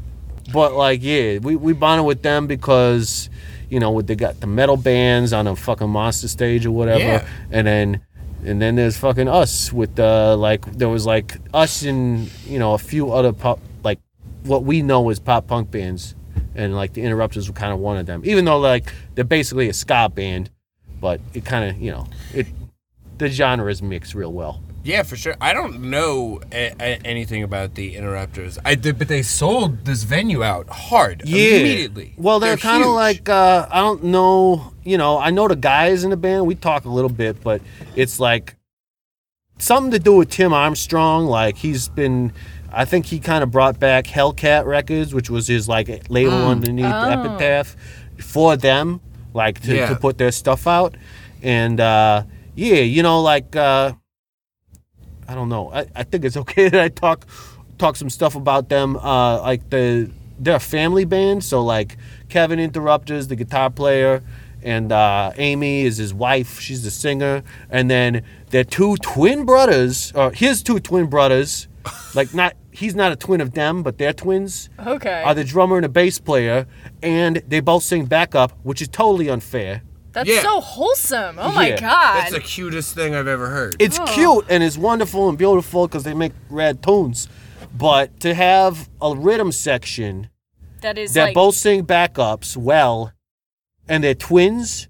E: but like yeah we, we bonded with them because you know with- they got the metal bands on a fucking monster stage or whatever
F: Yeah.
E: and then and then there's fucking us with uh like there was like us and you know a few other pop like what we know as pop punk bands and like the interrupters were kind of one of them even though like they're basically a ska band but it kind of you know it the genre is mixed real well
F: Yeah, for sure. I don't know a- a- anything about the Interrupters. I did, but they sold this venue out hard immediately.
E: Well, they're, kind of
F: huge.
E: like uh, I don't know. You know, I know the guys in the band. We talk a little bit, but it's like something to do with Tim Armstrong. Like he's been. I think he kind of brought back Hellcat Records, which was his like label
F: Mm.
E: underneath Epitaph, for them, like to,
F: Yeah.
E: to put their stuff out, and uh, yeah, you know, like uh, I don't know. I, I think it's <laughs> okay that I talk talk some stuff about them. Uh, like the they're a family band, so like Kevin Interrupters, the guitar player, and uh, Amy is his wife. She's the singer, and then their two twin brothers, or his two twin brothers, like not he's not a twin of them, but they're twins.
G: Okay.
E: Are the drummer and the bass player, and they both sing backup, which is totally unfair.
G: That's
F: Yeah.
G: so wholesome. Oh my
E: Yeah.
F: That's
G: god.
F: the cutest thing I've ever heard.
E: it's
G: Oh.
E: cute and it's wonderful and beautiful because they make rad tunes. But to have a rhythm section
G: that is
E: that
G: like
E: both sing backups well, and they're twins,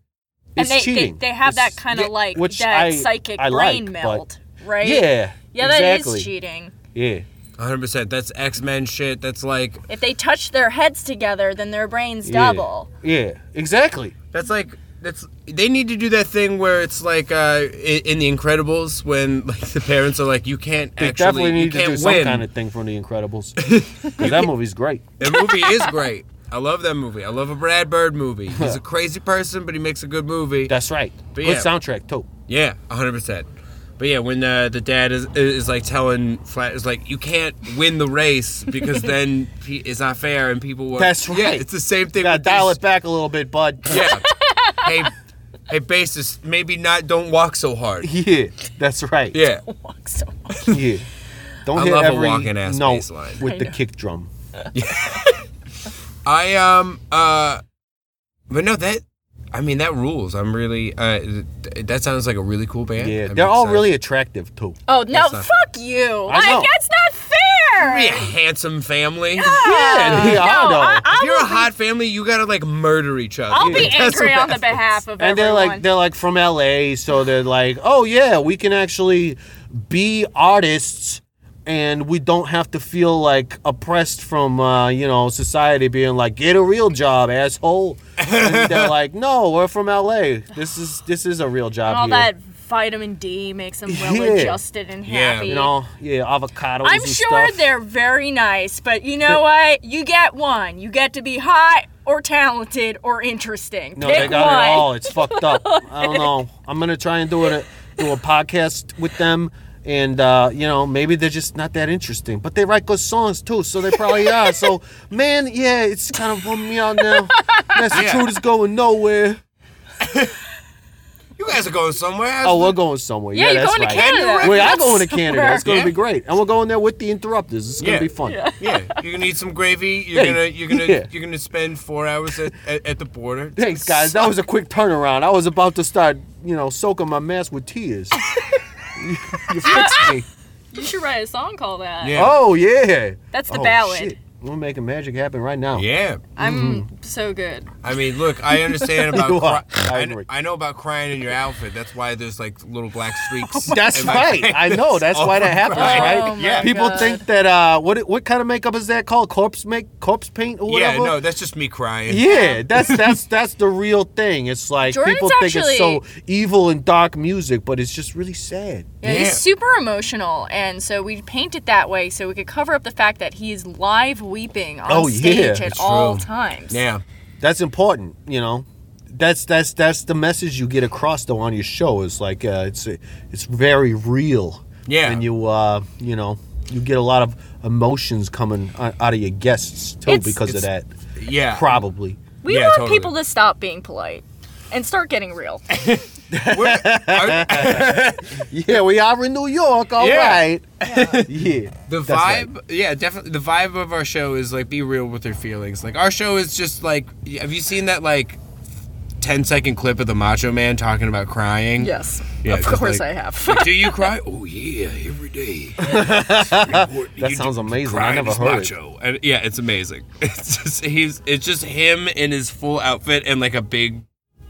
G: and
E: it's
G: they,
E: cheating.
G: they they have
E: It's-
G: that kind of
E: yeah,
G: like
E: which
G: that
E: I-
G: psychic
E: I
G: brain
E: like, but-
G: meld, right?
E: Yeah,
G: Yeah, that
E: exactly.
G: is cheating.
E: Yeah,
F: 100%. That's X Men shit. That's like
G: If they touch their heads together, then their brains
E: yeah,
G: double.
E: Yeah, exactly.
F: That's like that's they need to do that thing where it's like uh, i- in The Incredibles when <laughs> like the parents are like you can't
E: They
F: actually
E: definitely
F: you
E: need to
F: can't
E: do some
F: win.
E: kind of thing from The
F: <laughs>
E: Incredibles because that movie's great.
F: The movie is great. I love that movie. I love a Brad Bird
E: <laughs>
F: movie. He's a crazy person, but he makes a good movie.
E: That's right.
F: But
E: Good
F: yeah.
E: soundtrack too.
F: Yeah, hundred percent. But yeah, when uh, the dad is is like telling Flat is like you can't win the
E: <laughs>
F: race because then pe- it's not fair and people will.
E: That's
F: Yeah,
E: right.
F: it's the same thing.
E: Gotta
F: with
E: dial
F: these-
E: it back a little bit,
F: <laughs>
E: bud.
F: Yeah. hey, hey, bassist, maybe not. Don't walk so hard.
E: yeah, that's right.
F: Yeah.
E: Yeah. Don't
F: I
E: hit
F: love a
E: every
F: walking ass
E: note
F: bass line.
E: with the kick drum.
F: I um uh, but no that. I mean that rules. I'm really. Uh, th- that sounds like a really cool band.
E: Yeah,
F: I'm
E: they're all
F: excited.
E: really attractive too.
G: Oh no!
F: not-
G: Fuck you!
E: I
G: Like
E: know.
G: that's not fair.
F: Be a handsome family.
E: Yeah, they are
G: No,
E: though.
G: I,
F: If you're
G: I'll,
F: a hot family, you gotta like murder each other.
G: I'll
E: <laughs>
G: be
F: <laughs> That's
G: angry
F: what
G: on the
F: happens.
G: behalf of
E: and they're
G: everyone.
E: like they're like from LA, so they're like, oh yeah, we can actually be artists, and we don't have to feel like oppressed from uh, you know society being like get a real job, asshole. and
G: <laughs>
E: they're like, no, we're from LA. This is this is a real job
G: and all
E: here.
G: that vitamin D makes them well
E: Yeah.
G: adjusted and
F: Yeah.
G: happy.
E: you know, yeah, avocados.
G: I'm
E: and
G: sure
E: stuff.
G: they're very nice, but you know what? You get one. You get to be hot or talented or interesting.
E: No,
G: Pick
E: they got
G: one.
E: it all. It's fucked
G: <laughs>
E: up. I don't know. I'm gonna try and do it do a podcast with them, and uh, you know maybe they're just not that interesting, but they write good songs too, so they probably are.
G: <laughs>
E: So man, yeah, it's kind of bumming me out now. That's the truth is going nowhere.
F: You guys are going somewhere.
E: Oh, we're going somewhere.
G: Yeah,
E: Yeah,
G: you're
E: that's
G: going to
E: right.
G: Canada.
E: We are
G: That's
E: going to Canada.
G: somewhere.
E: It's gonna
F: Yeah.
E: be great, and we're going there with the interrupters. It's gonna
F: Yeah.
E: be fun.
F: yeah, you're gonna eat some gravy. You're
E: Yeah,
F: gonna you're gonna
E: yeah.
F: you're gonna spend four hours at, at, at the border.
E: Thanks, guys. That was a quick turnaround. I was about to start, you know, soaking my mask with tears. <laughs> you fixed
G: <laughs>
E: me.
G: You should write a song called that.
F: Yeah.
E: Oh yeah.
G: That's the
E: oh,
G: ballad.
E: Shit. We're making magic happen right now.
F: Yeah,
G: I'm
F: Mm.
G: so good.
F: I mean, look,
E: <laughs>
F: I understand
E: You
F: about.
E: are.
F: cry-
E: I
F: I,
E: agree.
F: kn- I know about crying in your outfit. That's why there's like little black streaks.
E: <laughs> That's
F: <laughs> in my
E: right.
F: pants.
E: I know. That's why that happens,
F: Right.
E: right?
F: my Yeah.
E: People
G: Oh God.
E: think that uh, what what kind of makeup is that called? Corpse make, corpse paint, or
F: Yeah,
E: whatever.
F: no, that's just me crying.
E: Yeah,
F: <laughs>
E: that's that's that's the real thing. It's like
G: Jordan's
E: people think it's so evil and dark music, but it's just really sad.
G: Yeah,
F: Yeah.
G: he's super emotional, and so we paint it that way so we could cover up the fact that he is live weeping on
E: Oh, yeah.
G: stage at
E: It's
G: all
F: true.
G: times.
F: Yeah.
E: That's important, you know. That's that's that's the message you get across though on your show. Is like uh, it's it's very real.
F: Yeah.
E: And you uh you know you get a lot of emotions coming o- out of your guests too
G: It's-
E: because of
F: It's-
E: that.
F: Yeah.
E: Probably.
G: We
F: Yeah,
G: want
F: totally.
G: people to stop being polite and start getting
F: <laughs>
G: real.
F: We're- I-
E: Yeah, we are in New York. All
F: Yeah.
E: right. <laughs> Yeah.
F: the
E: That's right.
F: vibe yeah definitely the vibe of our show is like be real with your feelings like our show is just like have you seen that like 10 second clip of the macho man talking about crying
G: Yes,
F: Yeah,
G: of
F: just
G: course
F: like-
G: I
F: <laughs>
G: have. <laughs>
F: Like, do you cry oh yeah every day
E: That sounds amazing. I never heard it.
F: macho. And, <laughs> yeah it's amazing it's just he's it's just him in his full outfit and like a big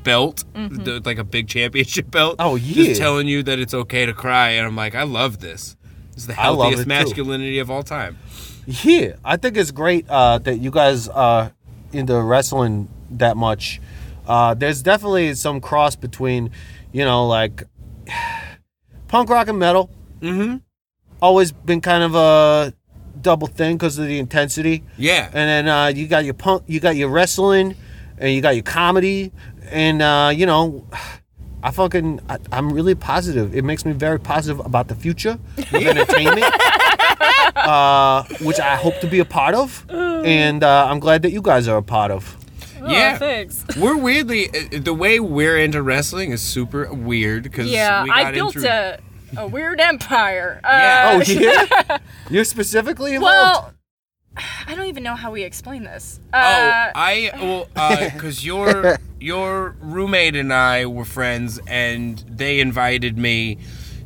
F: belt, the- like a big championship belt.
E: Oh, yeah.
F: Just telling you that it's okay to cry, and I'm like, I love this. It's the
E: I love
F: healthiest
E: it, too.
F: masculinity of all time.
E: Yeah, I think it's great uh, that you guys are into wrestling that much. Uh, there's definitely some cross between, you know, like <sighs> punk rock and metal. Mm-hmm. Always been kind of a double thing because of the intensity.
F: Yeah.
G: Oh,
E: And then uh, you got your punk, you got your wrestling, and you got your comedy, and uh, you know. I fucking, I, I'm really positive. It makes me very positive about the future of entertainment uh, which I hope to be a part of, and uh, I'm glad that you guys are a part of.
F: yeah.
G: thanks.
F: We're weirdly uh, the way we're into wrestling is super weird because
G: Yeah,
F: we got
G: I built
F: into,
G: a, a weird empire. Uh,
F: Yeah.
E: Oh yeah, you're specifically involved.
G: Well, <sighs> I don't even know how we explain this.
F: Oh,
G: Uh,
F: I
G: <laughs>
F: well, because your your roommate and I were friends, and they invited me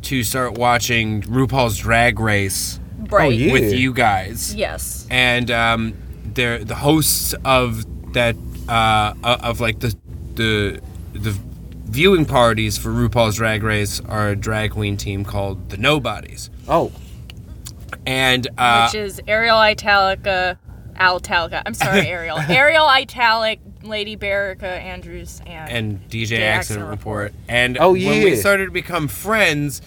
F: to start watching RuPaul's Drag Race
G: right.
E: yeah.
F: with you guys.
G: Yes.
F: and um, they're the hosts of that uh, o- of like the the the viewing parties for RuPaul's Drag Race are a drag queen team called the Nobodies,
E: oh,
F: and uh,
G: Which is Ariel Italica, Al Talica. I'm
F: <laughs>
G: sorry, Ariel. Ariel Italic, Lady Barica Andrews, and,
F: and DJ
G: The
F: Accident
G: Accident
F: Report. And
E: Oh,
F: when we
E: yeah.
F: started to become friends,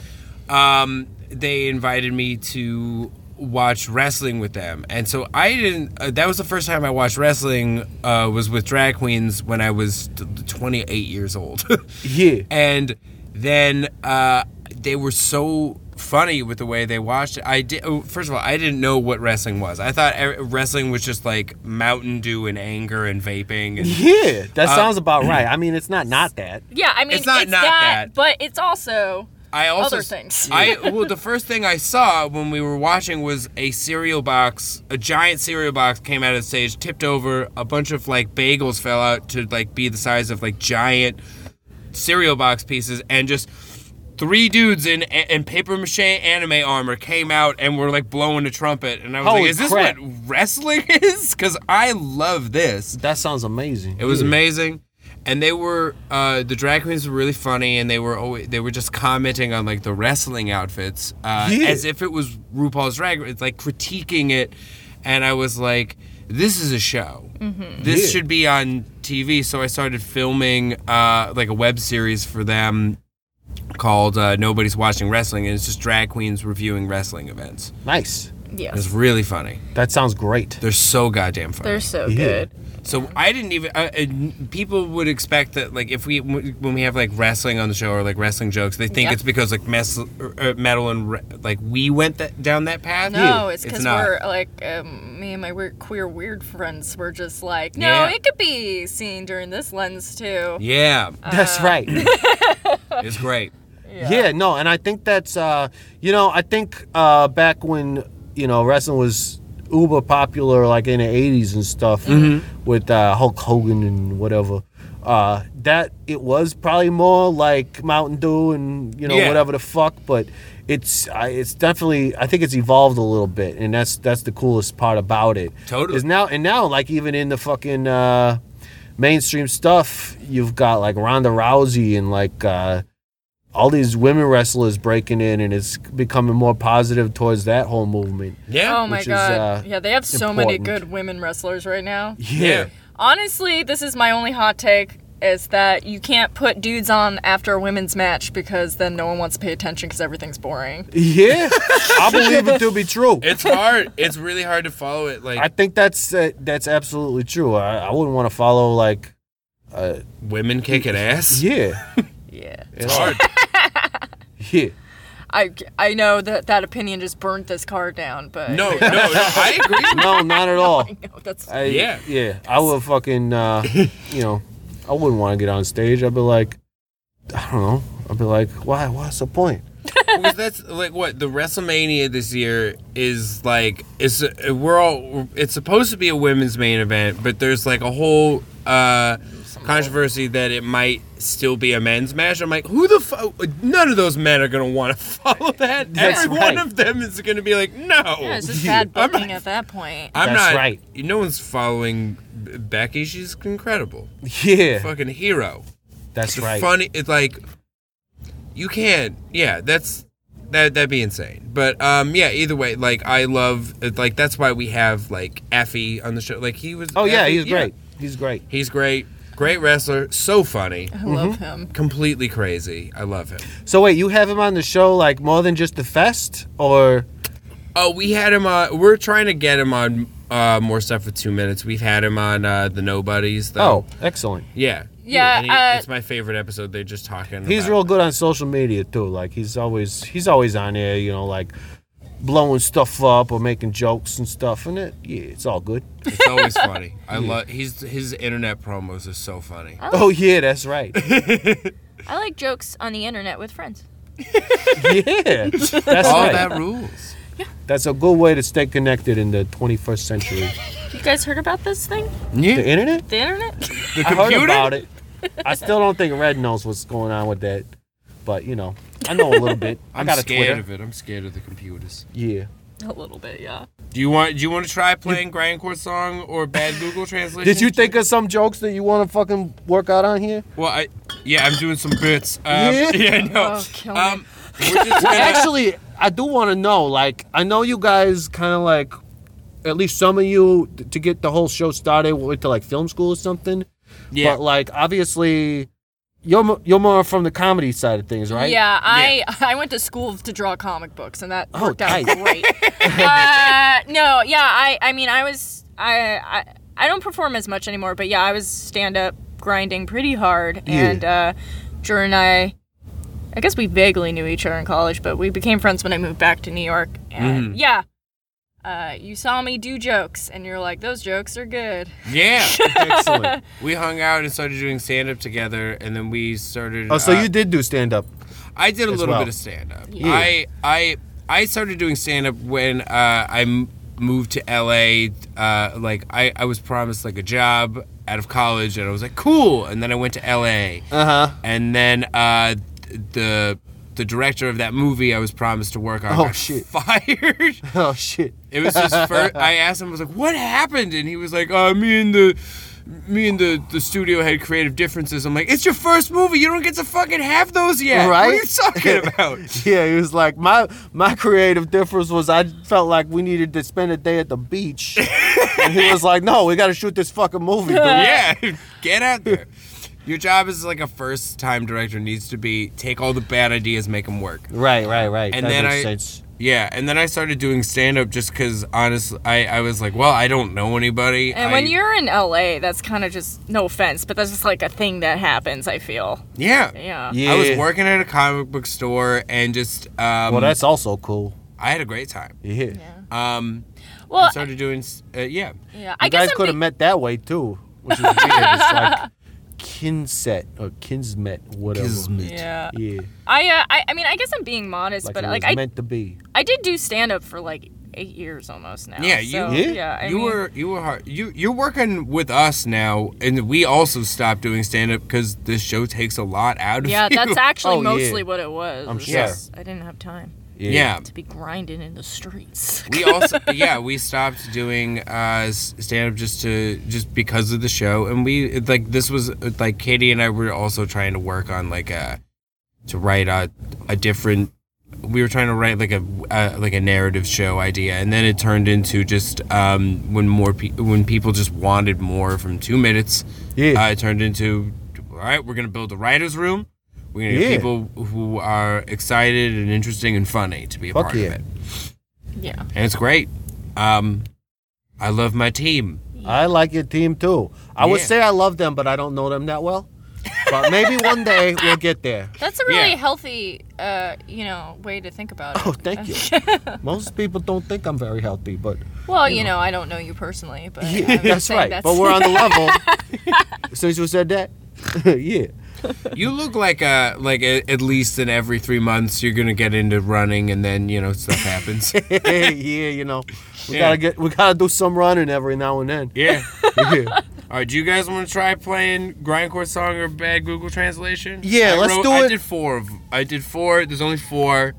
F: um, they invited me to watch wrestling with them. And so I didn't, uh, that was the first time I watched wrestling, uh, was with drag queens when I was t- 28 years old. <laughs>
E: Yeah.
F: And then uh, they were so funny with the way they watched it. I did, oh, first of all, I didn't know what wrestling was. I thought uh, wrestling was just like Mountain Dew and anger and vaping and
E: yeah,
F: Uh,
E: that sounds
F: <clears throat>
E: about right. I mean, it's not not that.
G: yeah, I mean,
F: It's not- not that.
G: but it's also
F: I also
G: Other things.
F: I
G: <laughs>
F: well, the first thing I saw when we were watching was a cereal box. A giant cereal box came out of the stage, tipped over. A bunch of like bagels fell out to like be the size of like giant cereal box pieces, and just three dudes in in paper mache anime armor came out and were like blowing a trumpet. And I was
E: Holy
F: like, "Is this
E: crap.
F: what wrestling <laughs> is?" Because I love this.
E: That sounds amazing.
F: It was amazing. And they were uh, the drag queens were really funny, and they were always they were just commenting on like the wrestling outfits uh,
E: Yeah.
F: as if it was RuPaul's Drag Race, like critiquing it. And I was like, "This is a show. This
E: Mm-hmm. Yeah.
F: should be on TV." So I started filming uh, like a web series for them called uh, "Nobody's Watching Wrestling," and it's just drag queens reviewing wrestling events.
E: nice.
G: yes.
F: It's really funny.
E: That sounds
H: <laughs>
E: great.
F: They're so goddamn funny.
G: They're so
E: Yeah.
G: good.
F: So I didn't even. Uh, uh, people would expect that, like, if we when we have like wrestling on the show or like wrestling jokes, they think
G: Yeah.
F: it's because like mes- or, uh, metal and re- like we went that, down that path.
G: No, Oh, it's because
F: not.
G: we're like um, me and my weird, queer weird friends were just like, no,
F: Yeah.
G: it could be seen during this lens too.
F: Yeah,
G: Uh.
E: That's right.
H: <laughs>
F: it's great.
E: Yeah. no, and I think that's uh, you know, I think uh, back when you know wrestling was uber popular, like in the '80s and stuff, with uh, Hulk Hogan and whatever. Uh, that it was probably more like Mountain Dew and you know
F: Yeah.
E: whatever the fuck, but it's I it's definitely I think it's evolved a little bit, and that's that's the coolest part about it.
F: Totally.
E: is now and now like even in the fucking uh, mainstream stuff, you've got like Ronda Rousey and like uh, all these women wrestlers breaking in and it's becoming more positive towards that whole movement.
F: Yeah,
G: Oh my
E: Which is,
G: god.
E: uh,
G: yeah, they have so many
E: important.
G: good women wrestlers right now.
F: Yeah.
G: Honestly, this is my only hot take is that you can't put dudes on after a women's match because then no one wants to pay attention because everything's boring.
E: Yeah. <laughs> I believe it to be true.
F: it's hard. It's really hard to follow it. Like
E: I think that's uh, that's absolutely true. I, I wouldn't want to follow like
F: women kicking ass.
E: yeah.
G: Yeah.
F: It's hard.
G: <laughs>
E: Yeah.
G: I, I know that that opinion just burnt this car down, but <laughs>
F: No, no, no, I <laughs> agree.
E: No, not at all.
G: No, that's
E: I,
F: Yeah.
E: Yeah. I would fucking uh, you know, I wouldn't want to get on stage. I'd be like I don't know. I'd be like, why what's the point?
F: Because that's like what the WrestleMania this year is like. Is we're all it's supposed to be a women's main event, but there's like a whole uh controversy that it might still be a men's match. I'm like, who the fuck? None of those men are gonna want to <laughs> follow that.
E: That's
F: Every
E: right.
F: one of them is gonna be like, no.
G: yeah, it's just bad booking at that point.
F: I'm
E: That's
F: not.
E: right.
F: No one's following B- Becky. She's incredible,
E: Yeah.
F: fucking hero.
H: That's
F: the
H: right.
F: funny it's like you can't yeah that's that that'd be insane but um yeah either way like i love it, like that's why we have like effie on the show like he was
H: Oh yeah,
F: Effie-
H: he's great. He's great.
F: he's great great wrestler so funny
G: I love him.
F: completely crazy i love him
H: So wait, you have him on the show like more than just the fest, or
F: oh we had him on we're trying to get him on uh more stuff for two minutes we've had him on uh the nobodies though
H: oh, excellent.
F: yeah
G: Yeah,
F: And he-
G: uh,
F: it's my favorite episode they're just talking
H: He's
F: about-
H: real good on social media too. Like he's <laughs> always he's always on there. You know, like blowing stuff up or making jokes and stuff. And it yeah, it's all good.
F: it's
H: <laughs>
F: always funny i love he's his internet promos are so funny
H: Oh yeah, that's
F: <laughs>
H: right.
E: I like jokes on the internet with friends.
H: yeah, that's
F: all
H: right.
F: that rules
H: That's a good way to stay connected in the 21st century.
G: You guys heard about this thing?
H: the
F: Yeah,
H: internet?
G: The internet? <laughs>
F: the
H: I
F: computer.
H: heard about it. I still don't think Red knows what's going on with that, but you know, I know a little bit. I
F: I'm
H: got a
F: scared
H: Twitter.
F: of it. I'm scared of the computers.
H: Yeah.
G: A little bit, yeah.
F: Do you want? Do you want to try playing grindcore song or <laughs> bad Google translation?
H: Did you think of some jokes that you want to fucking work out on here?
F: Well, I yeah, I'm doing some bits. Um,
H: Yeah?
F: <laughs> yeah? no.
G: Oh, kill me.
F: Um, we're just gonna,
H: Actually, I do want to know. Like, I know you guys kind of like, at least some of you, t- to get the whole show started, went to like film school or something.
F: yeah.
H: But like, obviously, you're mo- you're more from the comedy side of things, right?
G: Yeah, I I <laughs> went to school to draw comic books, and that
H: Oh,
G: worked out
H: tight.
G: great. uh, no, yeah, I I mean I was I I, I don't perform as much anymore, but yeah, I was stand up grinding pretty hard, and uh, Jordan and I. I guess we vaguely knew each other in college, but we became friends when I moved back to New York. And yeah, uh, you saw me do jokes, and you're like, those jokes are good.
F: yeah.
H: Excellent.
F: We hung out and started doing stand up together, and then we started.
H: Oh, so
F: uh,
H: you did do stand up.
F: I did a
H: as
F: little
H: well.
F: bit of stand up. I I I started doing stand up when uh, I m- moved to LA. Uh, like I, I was promised like a job out of college, and I was like cool. And then I went to LA,
H: Uh huh.
F: and then uh, th- the the director of that movie I was promised to work on
H: Oh,
F: got <laughs>
H: shit.
F: fired.
H: <laughs> Oh shit.
F: It was his
H: <laughs>
F: first. I asked him, I was like, "What happened?" And he was like, uh, "Me and the, me and the the studio had creative differences." I'm like, "It's your first movie. You don't get to fucking have those yet. What are you
H: Right? <laughs>
F: talking
G: <laughs>
F: about?"
H: Yeah, he was like my my creative difference was I felt like we needed to spend a day at the <laughs> beach, and he was like, "No, we got to shoot this fucking movie." <laughs> Dude.
F: yeah, <laughs> get out there. Your job as like a first time director needs to be take all the bad ideas, make them work.
H: Right, right, right.
F: And
H: that
F: then
H: makes
F: I-
H: sense.
F: Yeah, and then I started doing stand up just because honestly, I, I was like, well, I don't know anybody.
G: And
F: I-
G: when you're in LA, that's kind of just no offense, but that's just like a thing that happens. I feel.
F: yeah.
G: Yeah.
H: Yeah.
F: I was working at a comic book store and just um,
H: Well, that's also cool.
F: I had a great time.
H: Yeah.
F: Um,
G: Well,
F: I started doing s- uh, yeah.
G: yeah.
H: You
G: I guess
H: guys
G: I'm
H: could have
G: be-
H: met that way too, which is <laughs> weird. it's like kinset or kinsmet, whatever.
G: Yeah.
H: Yeah,
G: I, uh, I I mean, I guess I'm being modest,
H: like
G: but
H: it
G: like
H: was
G: I
H: meant to be.
G: I did do stand up for like eight years almost now.
F: Yeah, you-
G: so,
H: Yeah?
G: yeah. I
F: you
G: mean,
F: were <laughs> you were hard. you you're working with us now, and we also stopped doing stand up because this show takes a lot out of
G: Yeah,
F: <laughs> you.
G: that's actually
H: Oh, yeah.
G: mostly what it was.
H: I'm
G: It's
H: sure.
G: just I didn't have time
F: yeah.
G: to be grinding in the streets.
F: we also yeah we stopped doing uh stand up just to just because of the show and we it, like this was uh, like katie and i were also trying to work on like a to write a, a different we were trying to write like a uh, like a narrative show idea and then it turned into just um when more pe- when people just wanted more from two minutes
H: Yeah.
F: uh, it turned into all right we're gonna build a writer's room we're gonna get
H: Yeah.
F: people who are excited and interesting and funny to be a
H: Fuck
F: part
H: yeah.
F: of it
G: yeah.
F: and it's great. Um, I love my
H: <laughs>
F: team.
H: I like your team too. I would
F: Yeah.
H: say I love them, but I don't know them that well. But maybe one day we'll get there.
E: That's a really
F: Yeah.
E: healthy, uh, you know, way to think about it.
H: <laughs> Oh, thank you. Most people don't think I'm very healthy, but
E: Well, you know, I don't know you personally, but
H: Yeah,
E: I'm
H: that's
E: saying
H: right.
E: That's
H: But we're
G: <laughs>
H: on the level. Since you said that, <laughs> yeah.
F: You look like a like a, at least in every three months you're gonna get into running, and then you know stuff happens.
H: <laughs> yeah, you know, we
F: Yeah.
H: gotta get, we gotta do some running every now and then.
F: yeah.
H: Yeah,
F: All right. Do you guys want to try playing grindcore song or bad Google translation?
H: Yeah,
F: I
H: let's do
F: I
H: it.
F: did four. Of, I did four. There's only four,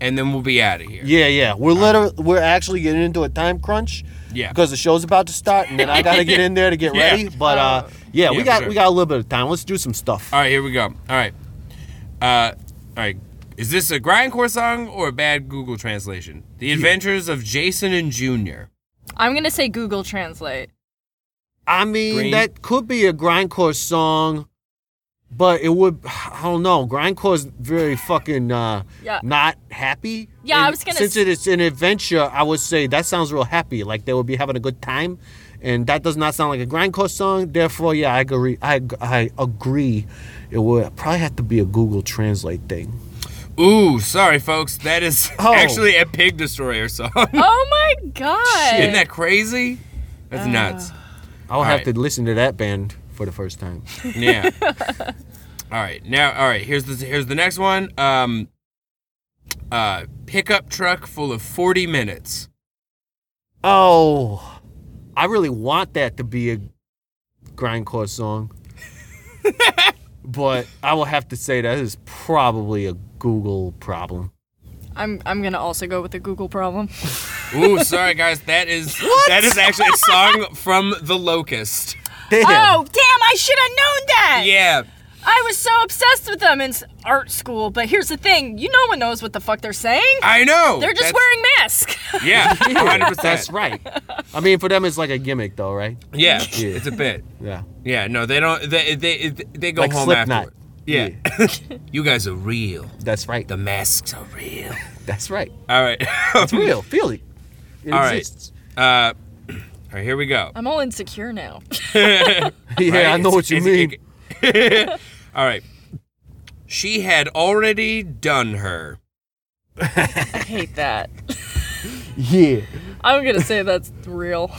F: and then we'll be out of here.
H: yeah, yeah. We're literally, we're actually getting into a time crunch
F: Yeah.
H: because the show's about to start, and then I gotta get in there to get
F: Yeah.
H: ready. But uh,
E: Yeah, we
F: for
E: got
F: sure.
E: we got a little bit of time. Let's do some stuff.
F: All right, here we go. All right. Uh, all right. Is this a grindcore song or a bad Google translation? The Adventures of Jason and Junior.
H: I'm gonna say Google Translate.
E: I mean,
F: Green.
E: that could be a grindcore song, but it would. I don't know. Grindcore is very fucking uh,
H: Yeah.
E: not happy.
H: Yeah, I
E: And
H: was gonna
E: Since
H: s-
E: it is an adventure, I would say that sounds real happy. Like they would be having a good time, and that does not sound like a grindcore song. Therefore, yeah, I agree. I I agree. It would probably have to be a Google Translate thing.
F: Ooh, sorry, folks. That is
E: Oh.
F: <laughs> actually a Pig Destroyer song. <laughs>
H: Oh my god!
F: Isn't that crazy?
H: Uh.
F: That's nuts.
E: I'll have
F: right.
E: to listen to that band for the first time.
H: <laughs>
F: Yeah. all right. Now, all right. Here's the here's the next one. Um, uh, pickup truck full of forty minutes.
E: Oh, I really want that to be a grindcore
F: <laughs>
E: song. but I will have to say that is probably a Google problem.
H: I'm I'm gonna also go with the Google problem.
F: Ooh,
H: <laughs>
F: sorry guys. That is that is actually a song from The Locust.
E: Damn.
H: Oh damn! I should have known that.
F: Yeah.
H: I was so obsessed with them in s- art school. But here's the thing: you no one knows what the fuck they're saying.
F: I know.
H: they're just
F: That's-
H: wearing masks. <laughs>
F: Yeah, hundred
E: That's
F: percent.
E: right. I mean, for them, it's like a gimmick, though, right?
F: Yeah,
E: <laughs> Yeah.
F: it's a bit.
E: Yeah.
F: Yeah, no, they don't. They they they go
E: Like
F: home
E: Slipknot.
F: afterward. Yeah, <laughs> you guys are real.
E: That's right.
F: The masks are real.
E: That's
F: <laughs>
E: right.
F: All right, all
E: It's real. Feel it. It
F: All right.
E: exists.
F: right. Here we go.
H: I'm all insecure now.
E: Yeah, I
F: <laughs> Right?
E: know what
F: It's-
E: you
F: it's-
E: mean.
F: <laughs> it- all right. She had already done her.
H: I
F: <laughs>
H: hate that.
E: yeah.
H: I'm gonna say that's
F: <laughs>
H: real.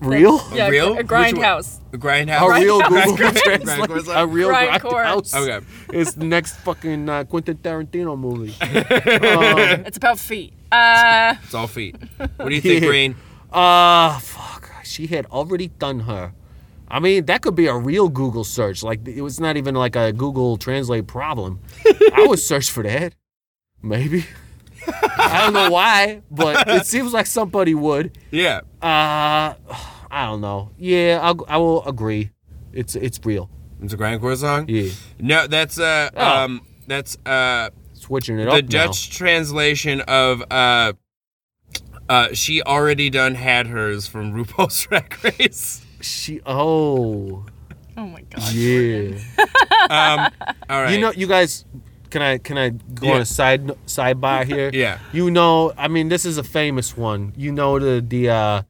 E: Real?
H: Yeah,
F: real?
H: A
F: Which
H: grindhouse.
F: A grindhouse.
E: A real Google
F: Grindhouse.
E: Translate.
F: Grindhouse.
E: A real
H: Grindcore.
E: grindhouse.
F: Okay.
E: It's the next fucking uh, Quentin Tarantino movie.
H: It's about feet. Uh,
F: It's all feet. What do you think,
E: Yeah.
F: Green?
E: Ah, fuck. She had already done her. I mean, that could be a real Google search. Like, it was not even like a Google Translate problem. I would search for that. Maybe. I don't know why, but it seems like somebody would.
F: Yeah.
E: Uh, I don't know. Yeah, I'll, I will agree. It's it's real.
F: It's a grindcore song.
E: Yeah.
F: No, that's uh
E: Oh.
F: um that's uh
E: Switching it
F: the
E: up now.
F: Dutch translation of uh, uh, "She already done had hers" from <laughs> RuPaul's Drag Race.
E: She, oh,
H: oh my god.
E: yeah.
F: Um, all right,
E: You know, you guys, can I can I go on
F: Yeah.
E: a side
F: <laughs>
E: sidebar here?
F: Yeah.
E: You know, I mean, this is a famous one. You know the the uh,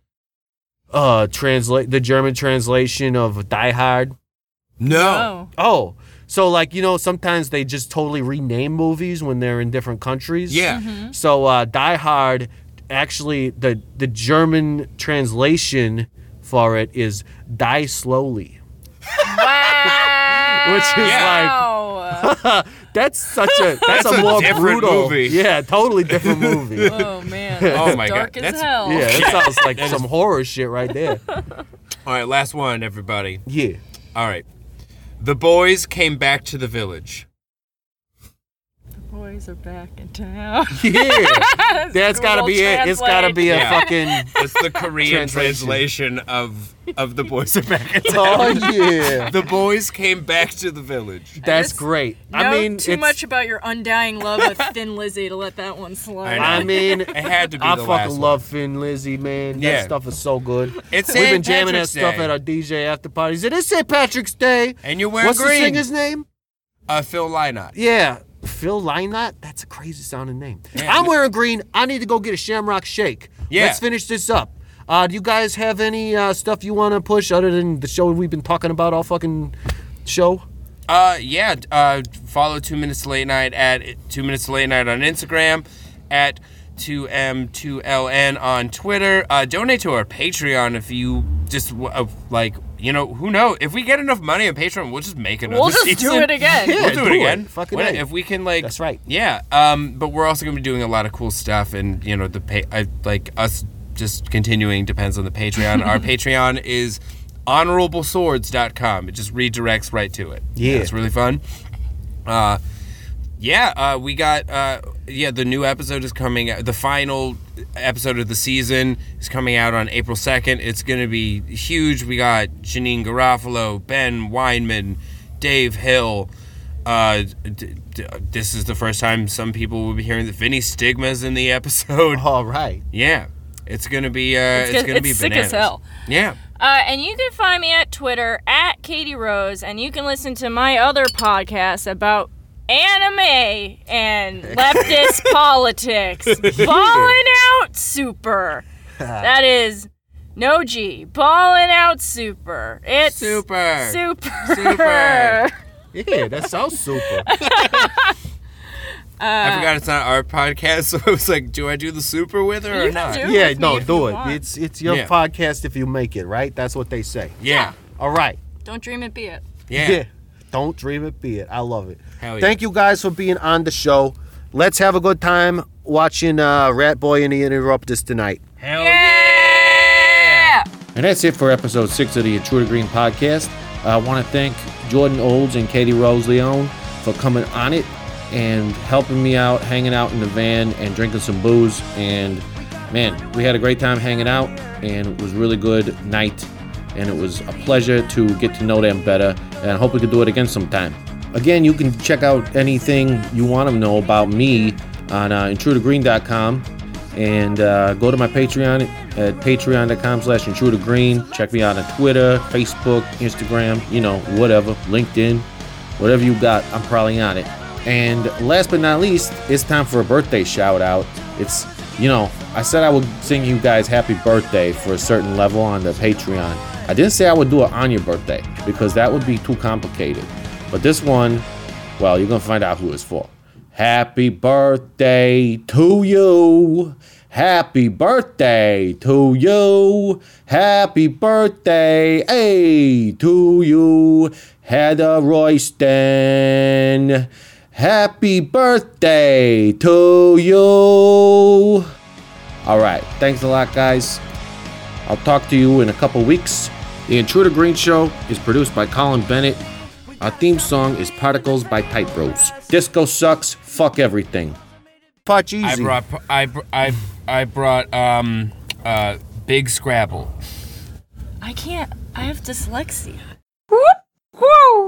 E: uh translate the German translation of Die Hard.
F: no,
H: Oh.
E: Oh, so like you know, sometimes they just totally rename movies when they're in different countries.
F: yeah,
H: Mm-hmm.
E: So uh, Die Hard, actually, the the German translation for it is Die Slowly,
H: Wow.
E: which is like. That's such a that's,
F: That's
E: a,
F: a
E: more
F: different
E: brutal
F: movie.
E: Yeah, totally <laughs> different movie. yeah,
H: oh man.
F: <laughs>
H: That's
F: my God,
H: dark as
F: that's-
H: hell.
E: that sounds like some horror shit right there.
F: All right, last one, everybody.
E: <laughs> Yeah.
F: All right, the boys came back to the village.
H: Boys are back
F: <laughs>
H: in town.
E: Yeah. <laughs> That's gotta be it. It's gotta be a
F: Yeah.
E: fucking
F: It's
E: <laughs>
F: the Korean
E: Translation.
F: translation of of the boys are back. in town.
E: <laughs> Oh yeah.
F: The boys came back to the village.
E: That's
H: This-
E: great.
H: No,
E: I mean
H: too
E: it's-
H: much about your undying love
F: <laughs>
H: of Thin Lizzy to let that one slide.
F: I
E: I mean
F: It had to be
E: I
F: the
E: fucking
F: last one.
E: love Finn Lizzy, man.
F: Yeah.
E: That stuff is so good.
F: <laughs> It's
E: We've been
F: St.
E: jamming that
F: Patrick's
E: stuff
F: Day.
E: at our DJ after parties. It is St. Patrick's Day.
F: And you're wearing
E: What's
F: green.
E: the singer's name?
F: Uh, Phil Lynott.
E: Yeah. Phil Lynott? That's a crazy sounding name. I'm wearing green. I need to go get a shamrock shake.
F: Yeah.
E: Let's finish this up. Uh, do you guys have any uh, stuff you want to push other than the show we've been talking about all fucking show?
F: Uh, yeah. d- Uh, follow Two Minutes to Late Night at Two Minutes to Late Night on Instagram, at 2M2LN on Twitter. Uh, donate to our Patreon if you just w- uh, like. You know, who knows? If we get enough money on Patreon, we'll just make another
H: We'll just
F: season.
H: do it again.
E: Yeah,
F: we'll do,
E: do
F: it
E: it.
F: again.
E: Fucking
F: When-
E: A.
F: if we can, like,
E: That's right.
F: Yeah. Um, but we're also gonna be doing a lot of cool stuff, and you know, the pay, I, like us just continuing depends on the
E: <laughs>
F: Patreon. Our Patreon is honorableswords.com. It just redirects right to it.
E: Yeah.
F: it's really fun. Uh, yeah, uh, we got uh, yeah. The new episode is coming. out- The final episode of the season is coming out on April 2nd. It's going to be huge. We got Janine Garofalo, Ben Weinman, Dave Hill. Uh, d- d- this is the first time some people will be hearing that Vinny Stigma's in the
G: <laughs>
F: episode.
H: All right.
F: Yeah, it's gonna be. Uh, it's,
G: good-
F: gonna
G: it's
F: be
G: sick as
F: bananas.
G: hell.
F: Yeah,
G: Uh, and you can find me at Twitter at Katie Rose, and you can listen to my other podcast about anime
H: <laughs>
G: and leftist politics. Ballin' out
H: <laughs>
G: super. That is no G. Ballin' out super. It's
F: super.
G: super. <laughs>
F: Super.
H: Yeah, that sounds super.
F: I forgot it's not our podcast, <laughs> so I was like, do I do the super with her or
G: You can
F: not?
G: do it
H: yeah,
G: with me
H: no,
G: if
H: do
G: you
H: it.
G: want.
H: It's it's your
F: Yeah.
H: podcast if you make it, right? That's what they say.
F: Yeah,
H: All right.
G: Don't dream it, be it.
F: yeah.
H: Yeah. Don't dream it, be it. I love it.
F: Hell yeah.
H: Thank you guys for being on the show. Let's have a good time watching uh, Rat Boy and the Interrupters tonight.
F: Hell
E: And that's it for episode six of the Intruder Green podcast. I want to thank Jordan Olds and Katie Rose Leone for coming on it and helping me out, hanging out in the van and drinking some booze. And man, we had a great time hanging out, and it was really good night. And it was a pleasure to get to know them better. And I hope we could do it again sometime. Again, you can check out anything you want to know about me on uh, intrudergreen.com and uh, go to my patreon at patreon.com slash intrudergreen check me out on twitter facebook instagram you know whatever linkedin whatever you got i'm probably on it and last but not least it's time for a birthday shout out it's you know i said i would sing you guys happy birthday for a certain level on the patreon i didn't say i would do it on your birthday because that would be too complicated but this one well, you're gonna find out who it's for. Happy birthday to you. Happy birthday to you. Happy birthday, hey, to you, Heather Royston. Happy birthday to you. All right, thanks a lot, guys. I'll talk to you in a couple weeks. The Intruder Green Show is produced by Colin Bennett. Our theme song is Particles by Tight Bros. Disco sucks, fuck everything.
H: Fuck
F: I
H: Jeezy.
F: brought. I br- I I brought. Um. Uh. Big Scrabble.
G: I can't. I have dyslexia.
I: Woo!